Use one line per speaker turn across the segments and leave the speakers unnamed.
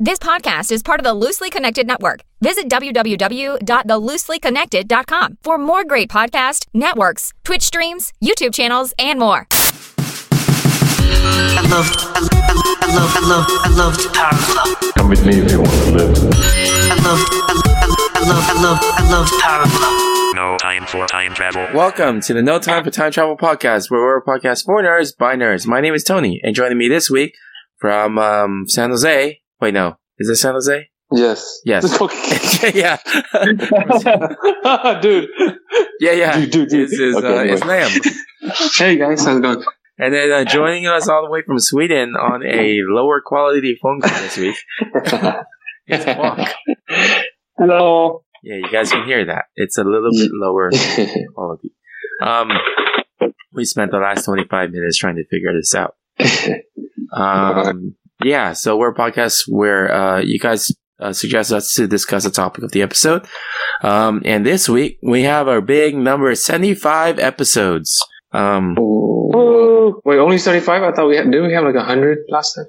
This podcast is part of the Loosely Connected Network. Visit www.thelooselyconnected.com for more great podcast networks, Twitch streams, YouTube channels, and more.
I loved, I loved, I loved, I loved, I loved Power Glove.
Come with me if you want to live.
I loved, I loved, I loved, I loved, I loved Power Glove.
No time for time travel.
Welcome to the No Time for Time Travel podcast, where we're a podcast for nerds by nerds. My name is Tony, and joining me this week from um, San Jose. Wait, no, is it San Jose?
Yes.
Yes.
Okay.
yeah,
dude.
yeah, yeah.
Dude, dude, dude.
This is
Okay,
uh,
anyway.
Islam,
Hey guys, how's it going?
and then uh, joining us all the way from Sweden on a lower quality phone call this week. It's Wonk.
Hello.
Yeah, you guys can hear that. It's a little bit lower quality. Um, we spent the last 25 minutes trying to figure this out. Um, yeah, so we're a podcast where uh, you guys uh, suggest us to discuss a topic of the episode. Um, and this week we have our big number 75 episodes. Um,
Ooh. Wait, only seventy-five? I thought we had, didn't we have like hundred last time?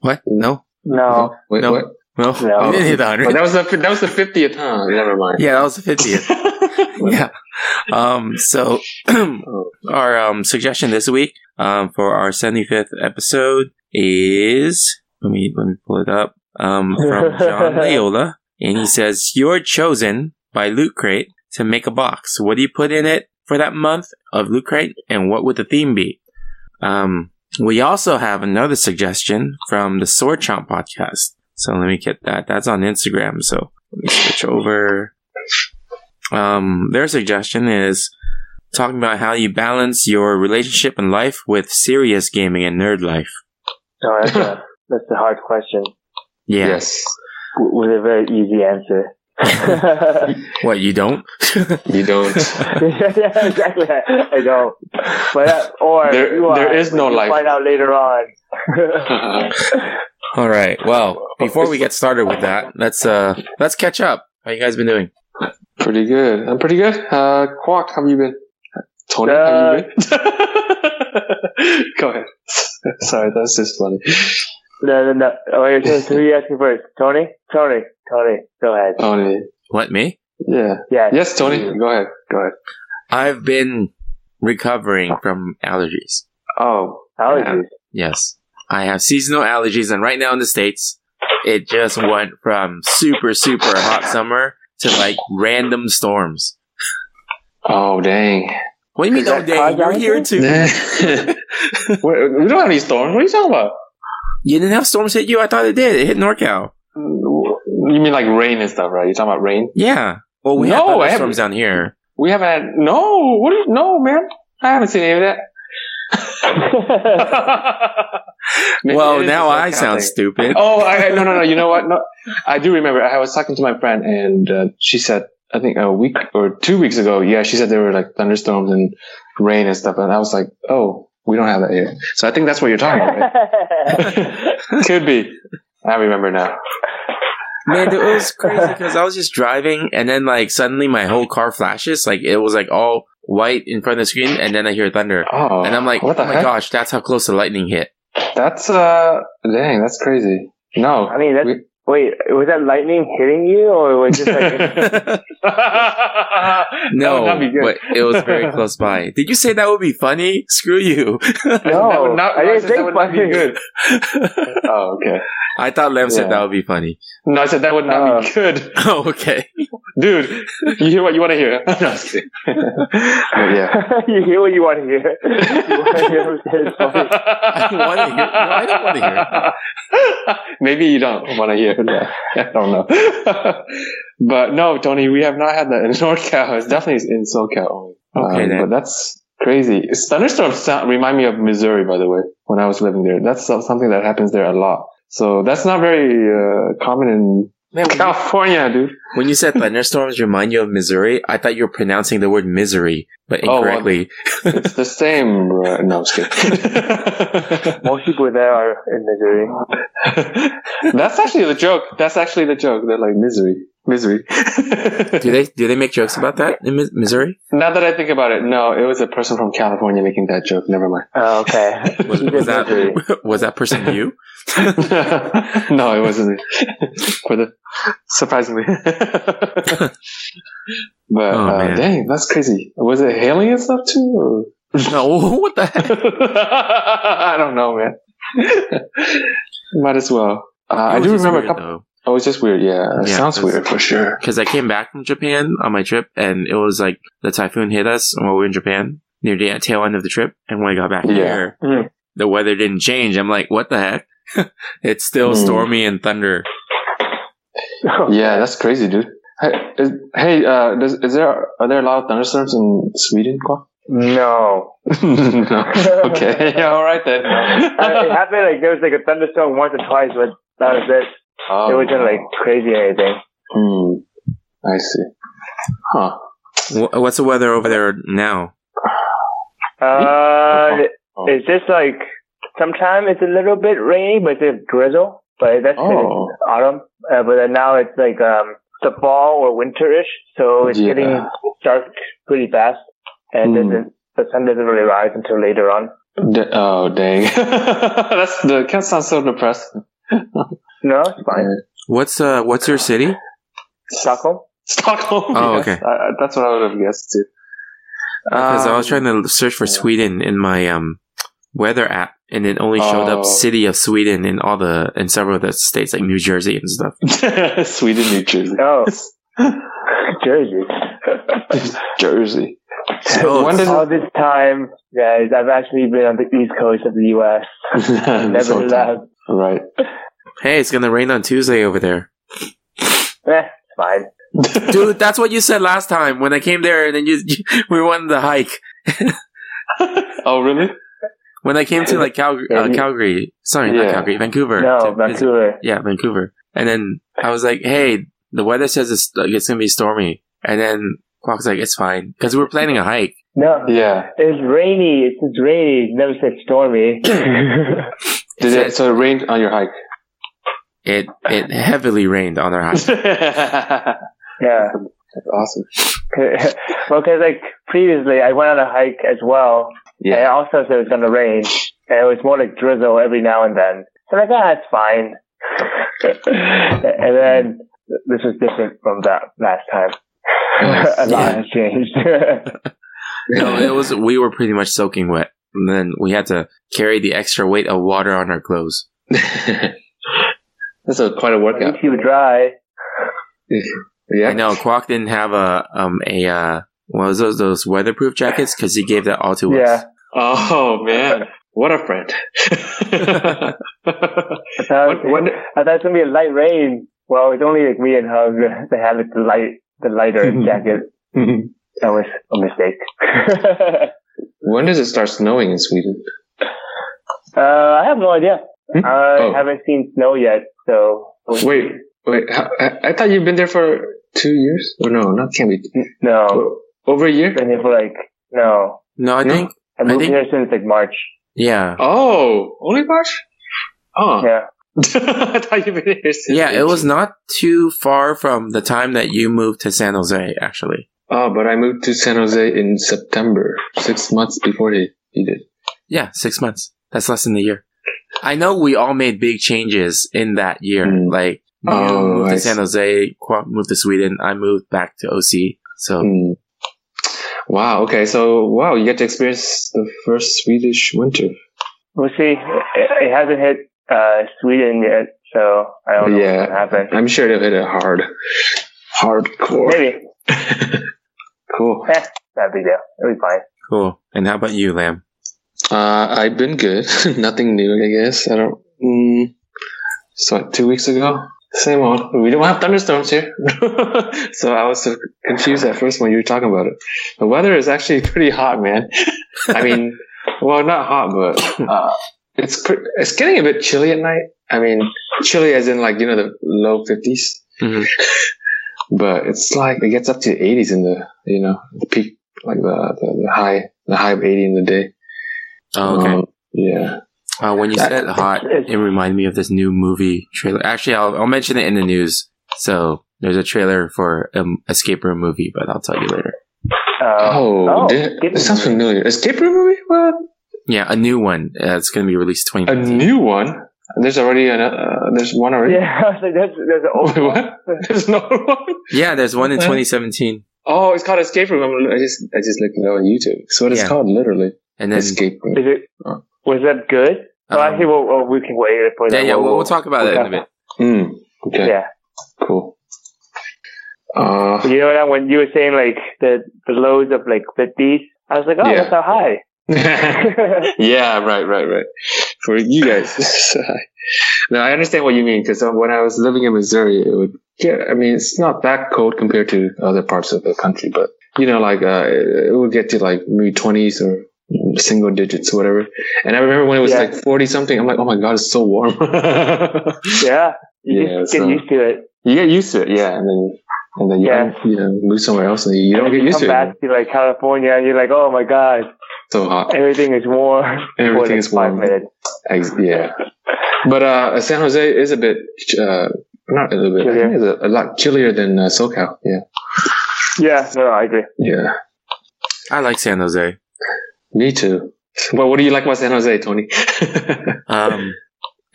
what? No?
No.
Wait,
No.
what?
No?
No.
We didn't hit the
Oh,
100.
that was the fi- that was the fiftieth, huh? Never mind.
Yeah, that was the 50th. yeah. Um, so
Oh.
our um, suggestion this week um, for our 75th episode is let me let me pull it up um, from John Leola, and he says you're chosen by Loot Crate to make a box. What do you put in it for that month of Loot Crate, and what would the theme be? Um, we also have another suggestion from the Sword Chomp podcast. So let me get that. That's on Instagram. So let me switch over. Um, their suggestion is talking about how you balance your relationship and life with serious gaming and nerd life.
No, Oh, that's a, that's a hard question
Yeah.
Yes.
w- with a very easy answer.
What you don't?
You don't.
yeah, exactly. I know. But, uh, or
There-
you are,
there is no
you
life.
find out later on.
All right. Well, before we get started with that, let's uh let's catch up. How you guys been doing?
pretty good. I'm pretty good. Uh, Quark, how have you been? Tony, how have
Uh,
you been? Go ahead. Sorry, that's just funny.
No, no, no. Oh, wait, so, so who you asking first? Tony? Tony. Tony. Go ahead.
Tony.
What me?
Yeah.
Yes.
Yes, Tony. Go ahead. Go ahead.
I've been recovering from allergies.
Oh,
Allergies.
Yes. I have seasonal allergies and right now in the States, it just went from super, super hot summer to like random storms.
oh, dang.
What do you mean
Is that
all day?
cause
You're here
allergy?
too.
Wait, we don't have any storms. What are you talking about?
You didn't have storms hit you? I thought it did. It hit NorCal.
You mean like rain and stuff, right? You talking about rain?
Yeah. Well, we have
No, I
thunderstorms
haven't.
storms down here.
We haven't had no. What? do you- no, man. I haven't seen any of that. Maybe
well,
it is
now
just
I
that
sound
kind of thing.
stupid.
Oh, I, I- no, no, no. You know what? No, I do remember. I was talking to my friend, and uh, she said, I think a week or two weeks ago. Yeah, she said there were like thunderstorms and rain and stuff, and I was like, oh, we don't have that here. So I think that's what you're talking about. right? Could be. I remember now.
Man, it was crazy because I was just driving and then like suddenly my whole car flashes. Like it was like all white in front of the screen and then I hear thunder.
Oh,
And I'm like,
what the
oh my
heck?
gosh, that's how close the lightning hit.
That's uh, dang, that's crazy. No,
I mean, that's,
We-
wait, was that lightning hitting you or was it just like,
No,
that would not be good.
but it was very close by. Did you say that would be funny? Screw you.
No,
that would not,
I didn't
said that
think
would not be
funny.
good. oh, okay.
I thought Lem said
Yeah.
that would be funny.
No, I said that would not be good,
Oh, okay.
dude. You hear what you want to hear? No, I'm just kidding. but yeah.
you hear what you want to hear? You want to hear what it's funny.
I
wanna hear- no, I don't wanna
hear. Maybe you don't want to hear. that. I don't know. but no, Tony, we have not had that in NorCal. It's definitely in SoCal only. Um,
Okay, then.
but that's crazy. It's- Thunderstorms sound, remind me of Missouri, by the way, when I was living there. That's so- something that happens there a lot. So that's not very uh, common in
Man, when you,
California, dude.
when you said thunderstorms remind you of Missouri, I thought you were pronouncing the word misery, but
Oh, well,
incorrectly.
It's the same. bro. No, I'm just kidding.
Most people there are in Missouri.
That's actually the joke. That's actually the joke. They're like misery. Misery.
Do they do they make jokes about that in Mi- Missouri?
Now that I think about it, no, it was a person from California making that joke. Never mind.
Oh, okay.
Was,
You
was
did misery.
that was that person you?
no, it wasn't. For the surprisingly, but
Oh,
uh,
man.
dang, that's crazy. Was it hailing and stuff too? Or?
No, what the heck?
I don't know, man. Might as well. Uh, I do remember a couple. Oh, it was just weird. Yeah, it
Yeah,
sounds
that's-
weird for sure.
because I came back from Japan on my trip, and it was like the typhoon hit us while we were in Japan near the tail end of the trip, and when I got back
Yeah.
here,
Mm.
the weather didn't change. I'm like, what the heck? it's still
Mm.
stormy and thunder.
Yeah, that's crazy, dude. Hey, is, hey uh, does, is there are there a lot of thunderstorms in Sweden? Kwok?
No.
no. Okay. Yeah, all right then.
Uh, it happened like there was like a thunderstorm once or twice, but that was it.
Oh.
It wasn't like crazy or anything.
Hmm. I see. Huh.
Wh- What's the weather over there now?
Uh,
Oh.
it's just like sometimes it's a little bit rainy, but it's drizzle. But that's 'cause
Oh.
it's autumn. Uh, but then now it's like um the fall or winterish, so it's
Yeah.
getting dark pretty fast, and
Mm.
then the sun doesn't really rise until later on.
D- oh dang. that's the cat sounds so depressed.
No, it's fine.
What's uh What's your city?
Stockholm.
Stockholm.
Oh,
yes.
okay.
I, I- that's what I would have guessed too.
Because I was
Um,
trying to search for Sweden in my um weather app, and it only showed
Oh.
up city of Sweden in all the in several of the states like New Jersey and stuff.
Um, Sweden, New Jersey.
Oh, Jersey.
Jersey.
Oh,
when does
All this time, guys, I've actually been on the east coast of the U.S.
it? This
Never
whole time.
left.
Right.
Hey, it's gonna rain on Tuesday over there.
Eh, it's fine.
Dude, that's what you said last time when I came there, and then you, you we wanted to hike.
Oh, really?
When I came to like Calgary, uh, Calgary, sorry,
Yeah.
not Calgary, Vancouver.
No,
to visit-
Vancouver.
Yeah, Vancouver. And then I was like, "Hey, the weather says it's like, it's gonna be stormy." And then Quack's like, "It's fine," because we were planning a hike.
No,
Yeah.
It's rainy. It's just rainy. It never said stormy.
Did
It
it, so it rained on your hike.
It it heavily rained on our hike.
that's
yeah.
awesome.
well, because like previously, I went on a hike as well, and it
Yeah.
also said it was gonna rain, and it was more like drizzle every now and then. So like, ah, it's fine. and then this was different from that last time. a lot
Yeah.
has changed.
No, it was we were pretty much soaking wet, and then we had to carry the extra weight of water on our clothes.
that's a, quite a
At
workout.
least you were dry.
Yeah.
I know Quack didn't have a um a uh, what was those those weatherproof jackets because he gave that all to us.
Yeah.
Oh man, what a friend!
I
What-
thought,
what-
I thought it's gonna be a light rain. Well, it's only like me and Hug that had like, the light, the lighter jacket.
Mm-hmm.
That was a mistake.
when does it start snowing in Sweden?
uh, I have no idea.
Hmm?
I
Oh.
haven't seen snow yet, so
Wait, wait. how- I, I thought you've been there for two years. Or no, not can be
no.
over a year.
Been here for like no.
No, I
No?
think
I
I
moved
think-
here since like March.
yeah.
Oh, only March. Oh,
Yeah.
I thought you've been here. Since
Yeah, it
April.
was not too far from the time that you moved to San Jose, actually.
Oh, but I moved to San Jose in September, six months before he, he did.
Yeah, six months. That's less than a year. I know we all made big changes in that year.
Mm.
Like, you
Oh,
moved
I
to San
see.
Jose, Kwok moved to Sweden, I moved back to OC. So,
Hmm. Wow. Okay. So wow, you get to experience the first Swedish winter.
We'll see. It, it hasn't hit uh, Sweden yet, so I don't know
Yeah.
what's gonna happen.
I'm sure they'll hit it hard, hardcore.
Maybe.
Cool.
Eh, not a big deal. It'll be fine.
cool. And how about you, Lamb?
Uh, I've been good. Nothing new, I guess. I don't. Mm, so like, two weeks ago, same old. We don't have thunderstorms here, so I was so confused at first when you were talking about it. The weather is actually pretty hot, man. I mean, well, not hot, but uh, it's pre- it's getting a bit chilly at night. I mean, chilly as in like you know the low fifties.
Mhm.
but it's like it gets up to the 80s in the you know the peak like the the, the high the high of 80 in the day
Oh, okay.
Um, yeah
Uh, when you said hot, it reminded me of this new movie trailer. Actually, I'll, I'll mention it in the news. So There's a trailer for an escape room movie, but I'll tell you later.
Uh,
oh,
oh,
did-
give
it sounds
me-
familiar. Escape room movie? What?
Yeah, a new one. Uh, it's going to be released
A
2019.
new one? There's already an, uh, there's one already.
Yeah, I was like, there's, there's an old
Wait, what? There's another one.
yeah, there's one in
What?
2017,
Oh, it's called Escape Room. I'm, I just I just looked it up on YouTube. So what it's
Yeah.
called literally
and then
Escape Room.
Is it,
Oh.
was that good?
um,
well, actually, we'll, well, we can wait for
yeah,
that.
yeah, we'll, we'll talk about
we'll
that in a
talk
bit.
Mm, okay,
Yeah.
cool. Uh,
You know that when you were saying like the, the lows of like 50s, I was like, oh,
Yeah.
that's how high.
yeah, right, right, right. For you guys, no, I understand what you mean because when I was living in Missouri, it would get. I mean, it's not that cold compared to other parts of the country, but you know, like uh, it would get to like maybe twenties or single digits, whatever. And I remember when it was
Yeah.
like forty something, I'm like, oh my god, it's so warm.
yeah. You
Yeah,
just get
so-
used to it.
you get used to it, yeah, and then and then you,
Yeah.
you know move somewhere else and you,
And
don't get
then you
used
come
to it.
back to like California and you're like, oh my God,
It's so hot.
everything is warm. for,
Everything
like,
is
five
warm.
minutes.
Ex- yeah. But uh, San Jose is a bit, uh, not a little bit, I think it's a, a lot chillier than uh, SoCal. Yeah.
Yeah, no, no, I agree.
Yeah.
I like San Jose.
Me too. Well, what do you like about San Jose, Tony?
Um,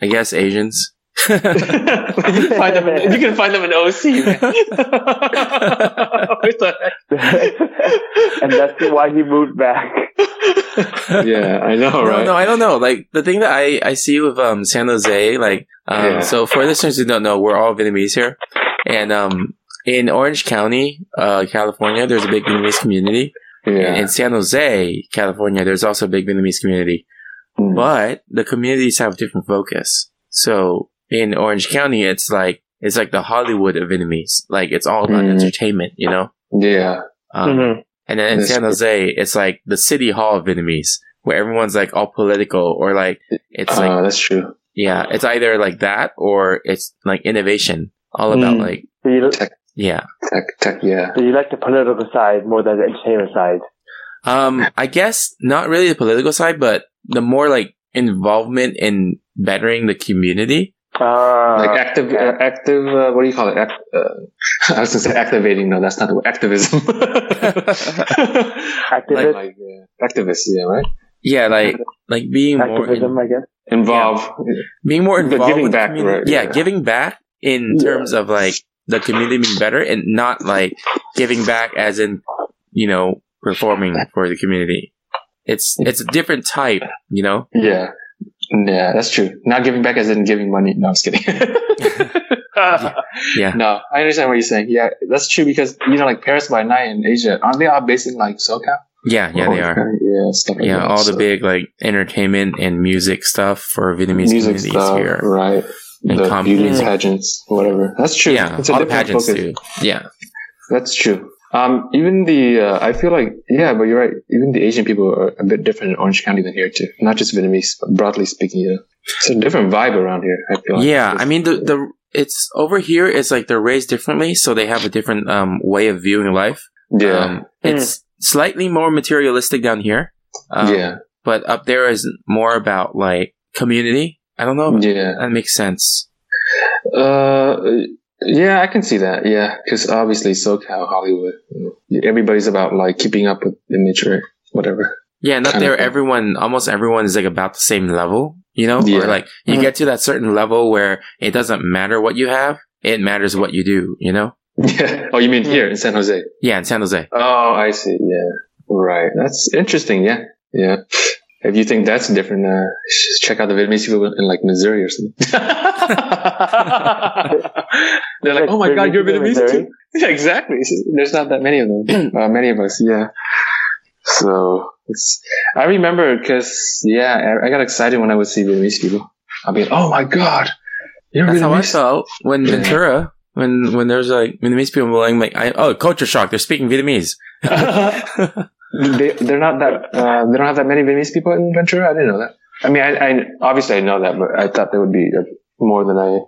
I guess Asians.
you, can find them in, you can find them in OC. man. What the heck?
and that's why he moved back.
yeah, I know,
no,
Oh, right?
no, I don't know. Like the thing that I, I see with um San Jose, like um,
Yeah.
so for listeners who don't know, we're all Vietnamese here, and um in Orange County, uh, California, there's a big Vietnamese community. And
yeah.
In San Jose, California, there's also a big Vietnamese community,
Mm.
but the communities have different focus. So in Orange County, it's like it's like the Hollywood of Vietnamese. Like it's all about
Mm.
entertainment, you know.
yeah.
Um,
Mhm.
and then in
That's
San
good.
Jose, it's like the city hall of Vietnamese, where everyone's like all political or like it's
uh,
like
that's true.
yeah, it's either like that or it's like innovation, all about
Mm.
like
So you,
yeah.
Tech, tech, yeah.
so you like the political side more than the entertainment side.
Um, I guess not really the political side, but the more like involvement in bettering the community.
Uh,
Like active, uh, active. Uh, what do you call it? Act, uh, I was gonna say activating. No, that's not the word. Activism.
activist,
like, yeah, activists, yeah, right?
Yeah, like like being more in-
activism, I guess.
Involve.
being more
But
involved
giving
with the
back,
community.
right,
yeah,
yeah.
giving back in
Yeah.
terms of like the community being better and not like giving back as in you know performing for the community it's it's a different type you know
Yeah. Yeah, that's true. Not giving back as in giving money. No, I'm just kidding.
yeah.
No, I understand what you're saying. Yeah, that's true because, you know, like Paris by Night in Asia, aren't they all based in like SoCal?
yeah yeah they are
Yeah, stuff like
yeah
that,
all the
so-
big like entertainment and music stuff for vietnamese
music
communities
stuff,
here
right?
And
the
com-
beauty
Mm.
pageants, whatever. That's true.
yeah
It's a
all the
different
pageants
focus.
too yeah
That's true. Um, even the uh, I feel like yeah, but you're right. Even the Asian people are a bit different in Orange County than here too. Not just Vietnamese, but broadly speaking, you know, it's a different vibe around here. I feel. Like.
yeah
It's-
i mean the the it's over here it's like they're raised differently so they have a different um way of viewing life
yeah,
Um, it's slightly more materialistic down here. Um,
yeah,
But up there is more about like community. I don't know. if
yeah,
That makes sense.
uh, yeah. I can see that. Yeah, because obviously SoCal, Hollywood, you know, everybody's about like keeping up with image or whatever.
Yeah, and up
Kinda
there,
thing.
everyone, almost everyone is like about the same level, you know?
Yeah.
Or like you get to that certain level where it doesn't matter what you have, it matters what you do, you know?
Yeah. Oh, you mean here in San Jose?
Yeah, in San Jose.
Oh, I see. Yeah. Right. That's interesting. Yeah. Yeah. If you think that's different, uh, sh- check out the Vietnamese people in like Missouri or something. They're like, oh my God, you're Vietnamese too. Yeah, exactly. It's just- There's not that many of them. uh, many of us. Yeah. So it's, I remember because, yeah, I, I got excited when I would see Vietnamese people. I'd be like, oh my God, you're
That's how I
Vietnamese.
felt when
Yeah.
Ventura, when when there's like Vietnamese people going like, I, oh, culture shock, they're speaking Vietnamese.
they, they're not that. Uh, they don't have that many Vietnamese people in Ventura. I didn't know that. I mean, I, I obviously I know that, but I thought there would be uh, more than I.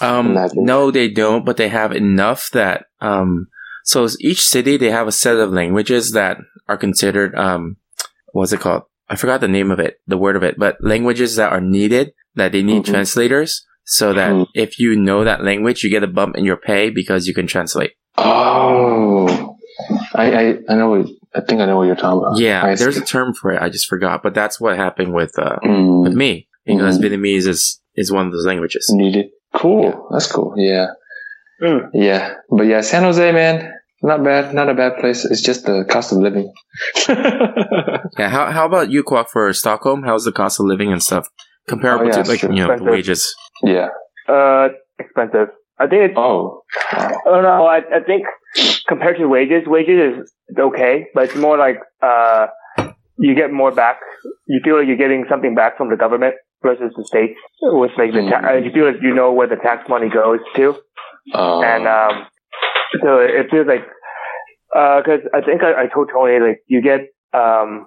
Um,
Imagine.
no, they don't, but they have enough that, um, so s- each city, they have a set of languages that are considered, um, what's it called? I forgot the name of it, the word of it, but languages that are needed, that they need
Mhm.
translators. so that
Hmm.
if you know that language, you get a bump in your pay because you can translate.
Oh, I, I, I know. What, I think I know what you're talking about.
Yeah,
Ah, I see.
there's a term for it. I just forgot, but that's what happened with uh, with
Mm,
me because
Mhm.
Vietnamese is is one of those languages.
needed. Cool.
Yeah.
That's cool. Yeah.
Mm.
Yeah. But yeah, San Jose, man, not bad. Not a bad place. It's just the cost of living.
Yeah. How how about you, Kwok, for Stockholm? How's the cost of living and stuff comparable
Oh, yeah,
to like
sure.
you know the
Expensive.
wages?
yeah.
Uh, expensive. I think it's,
Oh.
oh no, I, I think compared to wages, wages is okay, but it's more like, uh, you get more back. You feel like you're getting something back from the government versus the state, which like the ta- uh, you feel like you know where the tax money goes to.
Oh.
and um, so it feels like because I think I, I told Tony like you get um,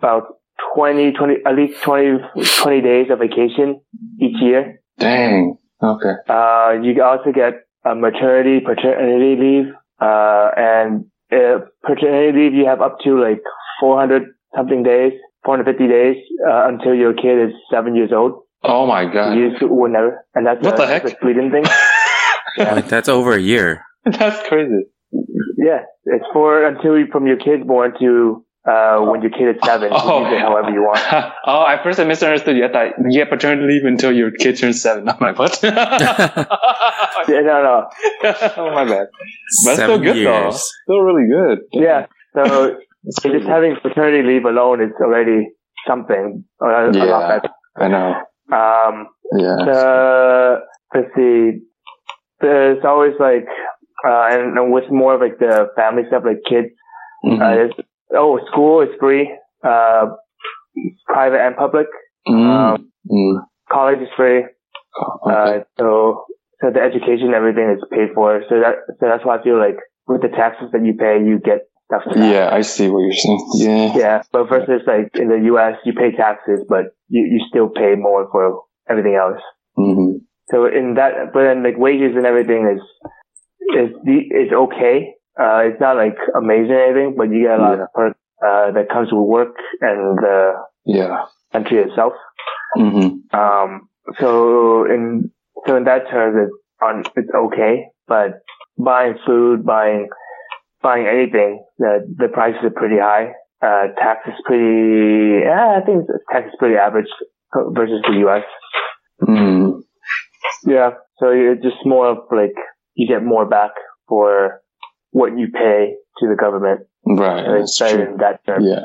about 20, 20 at least 20, 20 days of vacation each year.
Dang. Okay.
Uh, you also get a maternity paternity leave uh, and uh, paternity leave you have up to like four hundred something days. 450 days uh, until your kid is seven years old.
Oh my god.
You just would never, and that's
What
a,
the heck?
that's a Sweden thing.
Like that's over a year.
That's crazy.
Yeah, it's for until you, from your kid's born to uh, when your kid is seven.
Oh.
You can use it however you want.
oh, at first I misunderstood you. I thought, yeah, paternity leave until your kid turns seven. I'm like, what? oh
Yeah, no, no. Oh,
my bad. But it's still
Seven
good though.
years.
Still really good.
Yeah, so
It's
just having paternity leave alone is already something. uh, A, a
Yeah.
lot
I know.
better. Um,
Yeah.
the, Uh, let's see. There's always like, uh, and, and what's more of like the family stuff, like kids.
Mhm.
Uh, there's- oh, school is free, uh, private and public.
Mm.
Um,
Mm.
college is free.
Okay.
Uh, so, so the education, everything is paid for. So that, so that's why I feel like with the taxes that you pay, you get stuff. For that.
yeah, I see what you're saying. Yeah.
Yeah. But versus like in the U.S., you pay taxes, but you, you still pay more for everything else.
Mhm.
So in that, but then like wages and everything is, is, the- is okay. Uh, it's not like amazing or anything, but you get a lot
Yeah.
of perks, uh, that comes with work and the
Yeah.
country itself.
Mhm.
Um, so in so in that terms, it's on it's okay, but buying food, buying buying anything, the the prices are pretty high. Uh, tax is pretty. Yeah, I think tax is pretty average versus the U.S.
Mm.
Yeah, so it's just more of like you get more back for what you pay to the government.
Right.
So
That's
it's better
true.
in that term.
Yeah.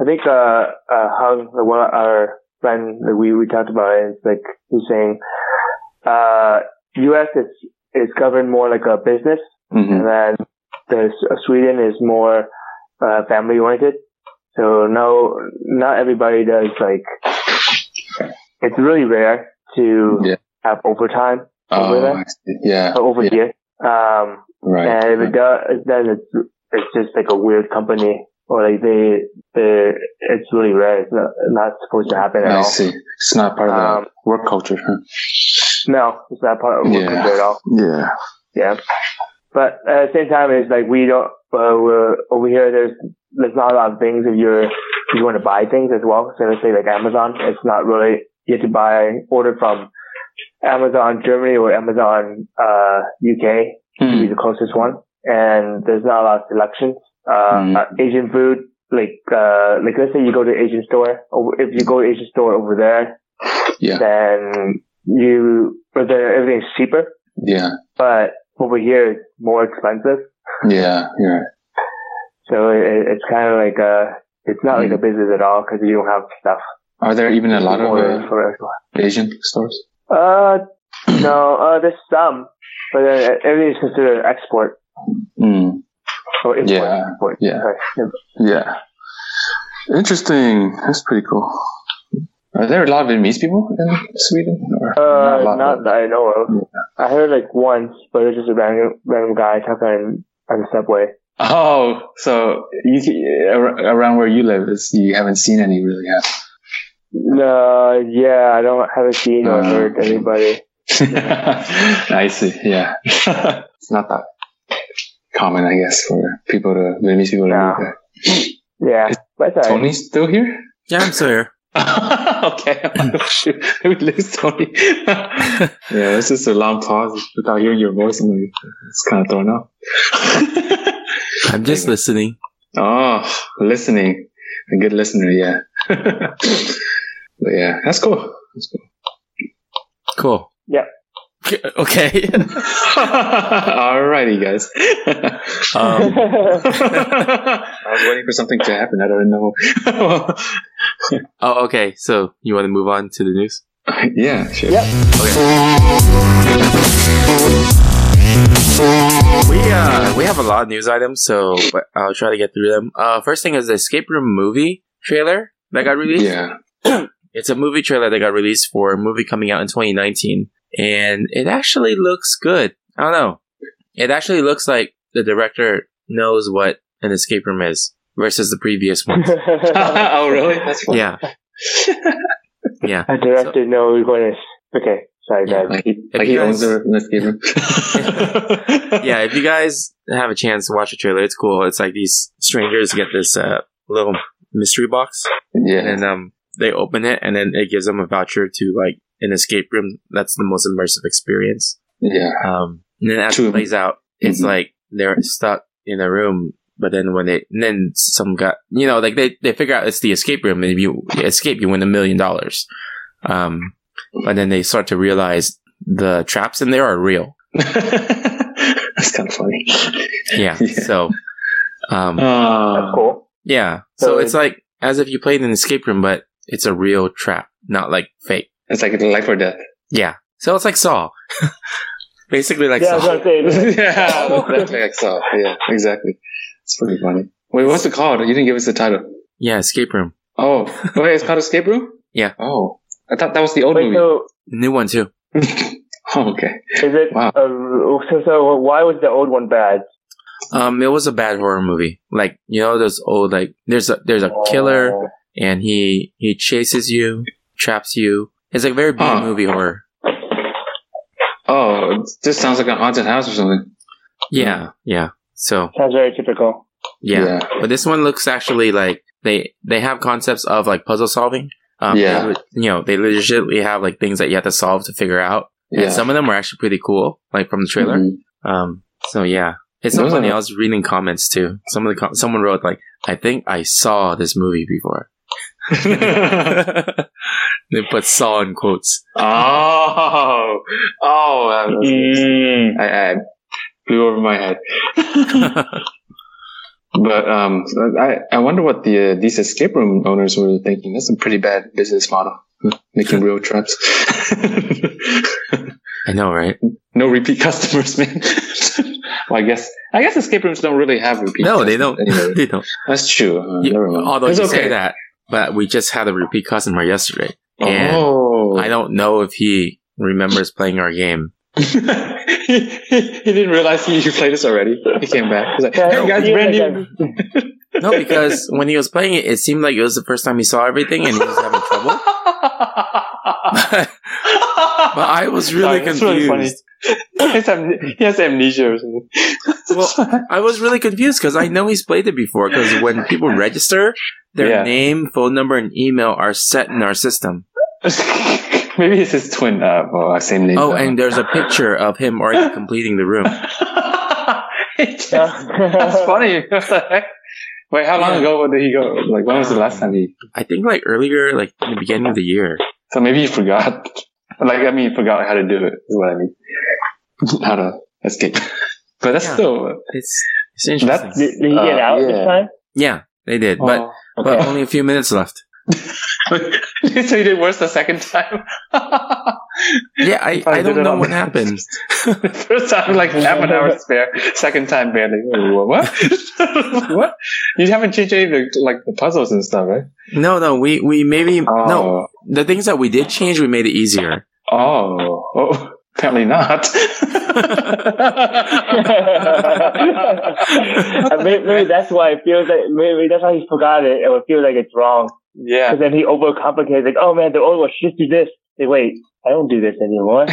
I think uh, uh, how the one our friend that we we talked about is like he's saying, uh, U.S. is is governed more like a business,
Mhm.
and then there's uh, Sweden is more uh, family oriented. So no, not everybody does like. It's really rare to
Yeah.
have overtime over
Oh,
there.
I see. Yeah.
or uh, over
yeah.
here. Um,
Right.
and if it does, then it's it's just like a weird company, or like they they it's really rare. It's not, not supposed to happen at
I
all.
see. It's not part of
Um,
the work culture. huh?
No, it's not part of
Yeah.
yeah. at all.
Yeah.
Yeah, but at the same time, it's like we don't. Uh, we're, over here, there's there's not a lot of things if you're if you want to buy things as well. So let's say like Amazon, it's not really you have to buy order from Amazon Germany or Amazon uh, UK
Mm-hmm.
to be
Hmm.
the closest one. And there's not a lot of selection. Uh,
Mm.
uh, Asian food, like, uh, like let's say you go to Asian store, over, if you go to Asian store over there,
Yeah.
then you, but then everything's cheaper,
Yeah.
but over here it's more expensive.
Yeah. You're right.
So it, it's kind of like a, it's not like
Mm.
a business at all because you don't have stuff.
Are there even a lot of
Or-
uh,
or-
Asian stores?
Uh, no, uh, there's some, but uh, everything's considered export
Mm.
or import.
Yeah.
Import,
Yeah.
sorry.
Yeah. Interesting. That's pretty cool. Are there a lot of Vietnamese people in Sweden? Or a
Uh,
lot,
not,
but-
that I know of. I heard like once, but it was just a random random guy talking on, on the subway.
Oh, so you, ar- around where you live, it's, you haven't seen any really yet.
No, yeah, I don't haven't seen or
Uh,
heard anybody.
I see. Yeah, it's not that common, I guess, for people to Vietnamese people to
No.
move there.
Yeah, but it's
Tony's
alright.
still here?
Yeah, I'm still here.
okay. I'm like, oh, shoot. We lose Tony. yeah, it's just a long pause without hearing your voice. I'm like, it's kind of thrown up.
I'm just listening.
oh, listening. A good listener, yeah. but yeah, that's cool. That's cool.
Cool.
Yep.
Okay.
Alrighty, guys.
um,
I was waiting for something to happen. I don't know.
oh, okay. So you want to move on to the news?
yeah, sure.
Yep.
We uh we have a lot of news items, so but I'll try to get through them. Uh, first thing is the escape room movie trailer that got released.
Yeah.
It's a movie trailer that got released for a movie coming out in 2019, and it actually looks good. I don't know. It actually looks like the director knows what an escape room is versus the previous one.
oh, really? That's funny.
yeah, yeah.
A director knows when it's okay. Sorry,
Yeah,
guys.
Like he,
If
like
you
he
guys-
owns the escape room.
yeah, if you guys have a chance to watch the trailer, it's cool. It's like these strangers get this uh, little mystery box,
Yeah.
and then um, they open it, and then it gives them a voucher to like an escape room. That's the most immersive experience.
yeah.
Um, and then as it
True.
plays out, it's
Mhm.
like they're stuck in a room. But then when they and then some got you know like they they figure out it's the escape room and if you escape you win a million dollars, um, but then they start to realize the traps in there are real.
That's kind of funny.
Yeah.
Yeah.
So, um,
Uh,
That's cool.
yeah. So
So
it's like as if you played an escape room, but it's a real trap, not like fake.
it's like life or death.
Yeah. So it's like Saw, basically like
yeah, I was
Saw.
gonna say.
yeah, that's like so. Yeah, exactly. It's pretty funny. Wait, what's it called? You didn't give us the title.
Yeah, escape room.
Oh, wait, it's called Escape Room.
Yeah.
Oh, I thought that was the old
Wait,
movie.
so
New one too.
oh, okay.
is it?
Wow.
Uh, so, so why was the old one bad?
Um, it was a bad horror movie. Like you know those old like there's a there's a killer
Oh.
and he he chases you, traps you. It's like very B
Huh.
movie horror.
Oh, this sounds like a haunted house or something.
Yeah, yeah. So
Sounds very typical.
yeah.
Hmm. Yeah.
but this one looks actually like they they have concepts of like puzzle solving. Um,
Yeah.
they le- you know they legitimately have like things that you have to solve to figure out.
Yeah.
And some of them were actually pretty cool, like from the trailer.
Mhm.
Um, so yeah, it's so
Those
funny.
are-
I was reading comments too. Some of the com- someone wrote like, "I think I saw this movie before." they put "saw" in quotes.
Oh, oh, that was-
Mm.
I, I blew over my head. But um, I, I wonder what the uh, these escape room owners were thinking. That's a pretty bad business model, making real traps.
I know, right?
no repeat customers, man. well, I guess I guess escape rooms don't really have repeat.
No, they don't.
customers anyway.
they don't.
that's true. Uh,
You-
never mind.
although
it's
you say that, but we just had a repeat customer yesterday, and
Oh,
I don't know if he remembers playing our game.
he, he- he didn't realize he, he played this already. He came back. He's like,
Yeah,
hey guys,
yeah,
brand
yeah,
new.
No, because when he was playing it, it seemed like it was the first time he saw everything, and he was having trouble. but I was really
Sorry, that's really funny.
confused.
he has am- he has amnesia or something.
Well, I was really confused because I know he's played it before. Because when people register, their
Yeah.
name, phone number, and email are set in our system.
Maybe it's his twin. Uh, well, same name.
Oh, and there's a picture of him already completing the room.
that's funny. What the heck? Wait, how long
Yeah.
ago did he go? Like, when was the last time he?
I think like earlier, like in the beginning of the year.
So maybe he forgot. Like, I mean, he forgot how to do it. Is what I mean. how to escape. But that's
Yeah.
still.
It's it's interesting.
That's-
Did, did he get
Uh,
out
yeah.
this time?
yeah, they did, but but
Oh, okay.
only a few minutes left.
so oh. he did worse the second time.
Yeah, I,
Probably
I
Oh,
don't
did it
know
on
what
the-
happened.
First time, like half an hour spare. Second time, barely. Wha- What? what? You haven't changed any of the like the puzzles and stuff, right?
No, no, we we maybe no the things that we did change, we made it easier.
Oh, oh apparently not.
And maybe, maybe that's why it feels like maybe that's why he forgot it. It would feel like it's wrong.
yeah.
Because then he overcomplicates. Like, oh man, the old one should just do this. Hey, wait, I don't do this anymore.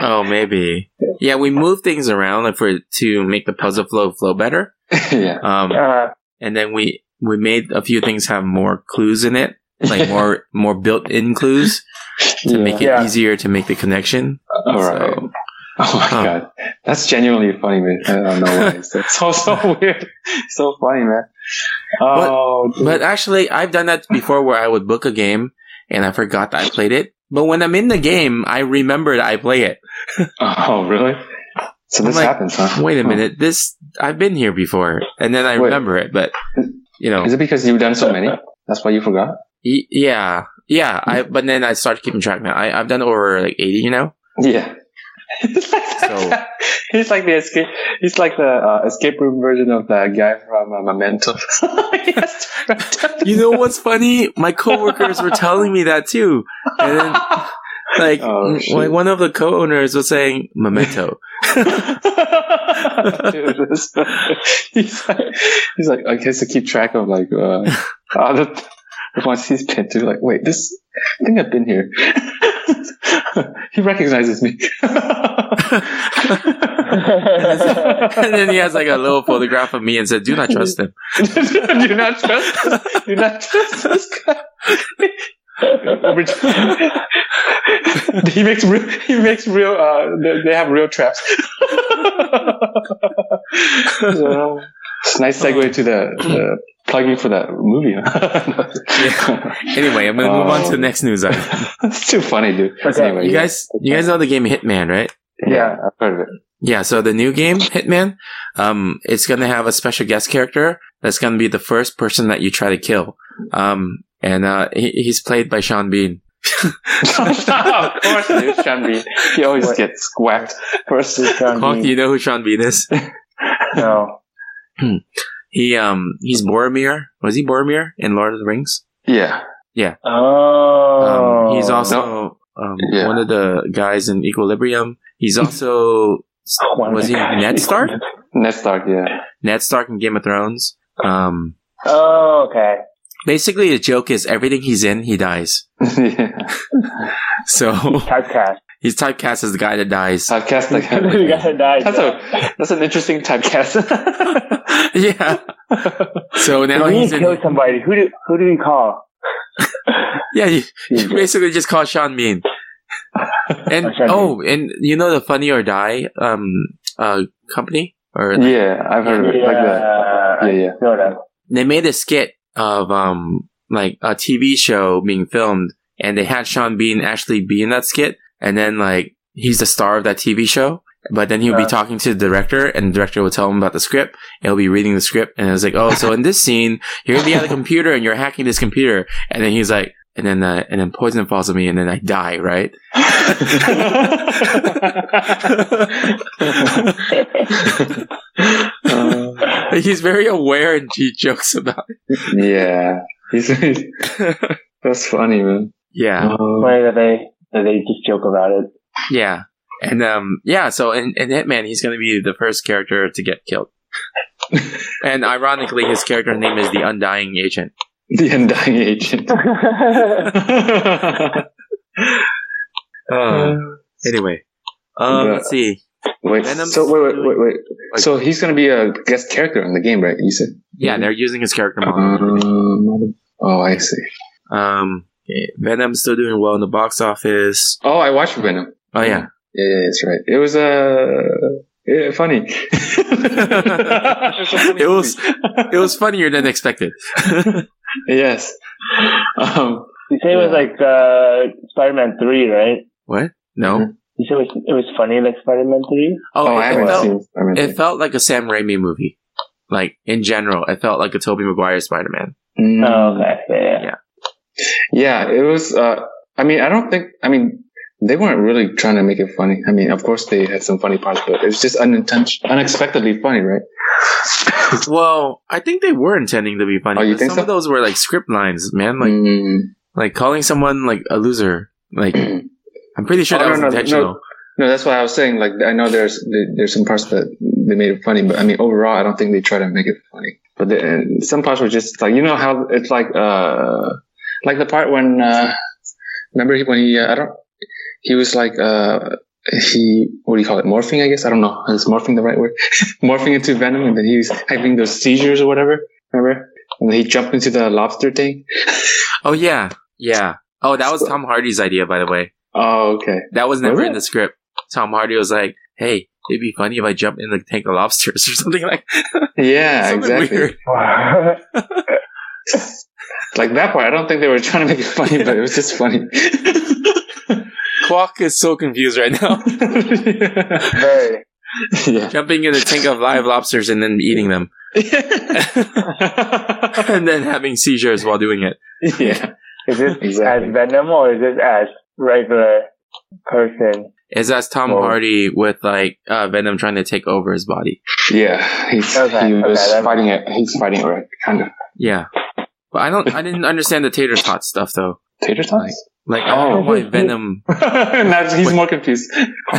Oh, maybe. Yeah, we moved things around like, for to make the puzzle flow flow better.
yeah.
Um,
Uh,
and then we we made a few things have more clues in it like more more built-in clues to
Yeah.
make it
Yeah.
easier to make the connection.
All right. Oh
So,
my
Huh.
god, that's genuinely funny, man. I don't know why. It's so so weird, so funny, man. Oh,
but actually, I've done that before where I would book a game and I forgot that I played it. But when I'm in the game, I remember that I play it.
oh, really? So
I'm
this
like,
happens, huh? Hmm.
Wait a
Huh.
minute, this I've been here before, and then
Uh-huh.
I
Wait.
remember it. But you know,
Is it because you've done so many? That's why you forgot.
y- yeah, yeah. I but then I started keeping track now. I, I've done over like eighty, you know.
Yeah. it's like
So-
it's like the escape. It's like the uh, escape room version of that guy from uh, Memento. He has to-
You know what's funny? My coworkers were telling me that too, and then like
Oh,
m-
shit.
like one of the co-owners was saying memento.
Dude, this- he's, like, he's like, I guess to keep track of like uh, other the ones he's been to. Like, wait, this I think I've been here. he recognizes me.
and then he has like a little photograph of me and said, "Do not trust him."
Do not trust. this- Do not trust this guy. he makes real. He makes real. Uh, they, they have real traps. so, it's a nice segue to the, the plugging for that movie. huh?
Anyway, I'm gonna move on to the
Um,
next news item.
It's too funny, dude.
Okay,
Anyway,
You guys, you guys know the game Hitman, right?
Yeah, I've heard of it.
Yeah, so the new game, Hitman, um, it's gonna have a special guest character that's gonna be the first person that you try to kill. Um, and, uh, he, he's played by Sean Bean.
of course, dude, Sean Bean. He always
What?
gets whacked first.
Just trying to
Hawk, do
be-
you know who Sean Bean is?
No.
He, um, he's Boromir. Was he Boromir in Lord of the Rings?
Yeah.
Oh.
Um, he's also, um,
Yeah.
one of the guys in Equilibrium. He's also, was he Ned Stark?
Ned Stark, yeah.
Ned Stark in Game of Thrones. Um,
Oh, okay.
basically the joke is everything he's in, he dies.
yeah.
So
Typecast.
he's typecast as the guy that dies.
you
Typecast.
gotta die.
That's a that's an interesting typecast.
yeah. So now
we need
he's
to
in.
kill somebody. Who do who do we call?
Yeah, you, you basically just call Sean Bean. And
Oh, Sean Bean.
oh, and you know the Funny or Die um uh company or
yeah, I've heard of it. Like that. Yeah, yeah.
No, no.
they made a skit of um like a TV show being filmed, and they had Sean Bean actually be in that skit, and then like he's the star of that TV show. But then he'll be
Uh.
talking to the director, and the director will tell him about the script. And he'll be reading the script, and it's like, oh, so in this scene, you're gonna be at a computer, and you're hacking this computer, and then he's like, and then uh, and then poison falls on me, and then I die, right?
Uh,
He's very aware, and he jokes about. It.
yeah. He's- that's funny, man.
Yeah.
Uh,
Funny that they that they just joke about it.
Yeah. And um yeah, so in, in Hitman he's gonna be the first character to get killed. and ironically his character name is the Undying Agent.
the undying agent.
Uh, anyway. Um
Yeah.
let's see.
wait,
Venom's
so wait, wait, wait, wait.
Like-
so he's gonna be a guest character in the game, right? You said.
Yeah, they're using his character model.
Um, oh, I see.
Um eh, Venom's still doing well in the box office.
Oh, I watched Venom.
Oh yeah.
Yeah, yeah, that's right. It was uh, yeah, funny.
It was it was funnier than expected.
yes. Um,
You say it was
Yeah.
like uh, Spider Man three, right?
what? No.
You say it was it was funny like Spider Man three.
Oh,
oh, I
it,
haven't
felt,
seen. I mean,
it felt like a Sam Raimi movie. Like in general, it felt like a Tobey Maguire Spider Man.
Mm,
Oh, okay, yeah. yeah.
yeah, it was. Uh, I mean, I don't think. I mean, they weren't really trying to make it funny. I mean, of course they had some funny parts, but it was just unintentional, unexpectedly funny, right?
Well, I think they were intending to be funny.
Oh, you
but
think
some
so?
of those were like script lines, man. Like
Mm.
like calling someone like a loser. Like I'm pretty sure
Oh,
that
no,
was
no, no.
intentional.
No, that's why I was saying. Like, I know there's there- there's some parts that they made it funny, but I mean, overall, I don't think they try to make it funny. But the, and some parts were just like you know how it's like uh like the part when uh remember he- when he uh, I don't he was like uh he what do you call it morphing I guess I don't know is morphing the right word morphing into venom and then he was having those seizures or whatever remember and he jumped into the lobster thing.
Oh yeah, yeah. Oh, that was Tom Hardy's idea, by the way.
Oh, okay.
That was never
Was
in
it?
the script. Tom Hardy was like, "Hey, it'd be funny if I jumped in the tank of lobsters or something like
Yeah,
something
exactly.
weird.
Like that part, I don't think they were trying to make it funny, but it was just funny.
Quark is so confused right now,
Very.
yeah.
jumping in a tank of live lobsters and then eating them, and then having seizures while doing it.
yeah.
Is this
Exactly.
as Venom or is this as regular person?
Is that's Tom
Whoa.
Hardy with like uh, Venom trying to take over his body?
Yeah. He's,
Okay,
he
okay,
was
that-
fighting it. He's fighting it, right? Kind of.
Yeah, but I don't. I didn't understand the tater tot stuff though.
Tater tots?
Like, I don't know
Oh.
why Venom.
now he's more confused.
I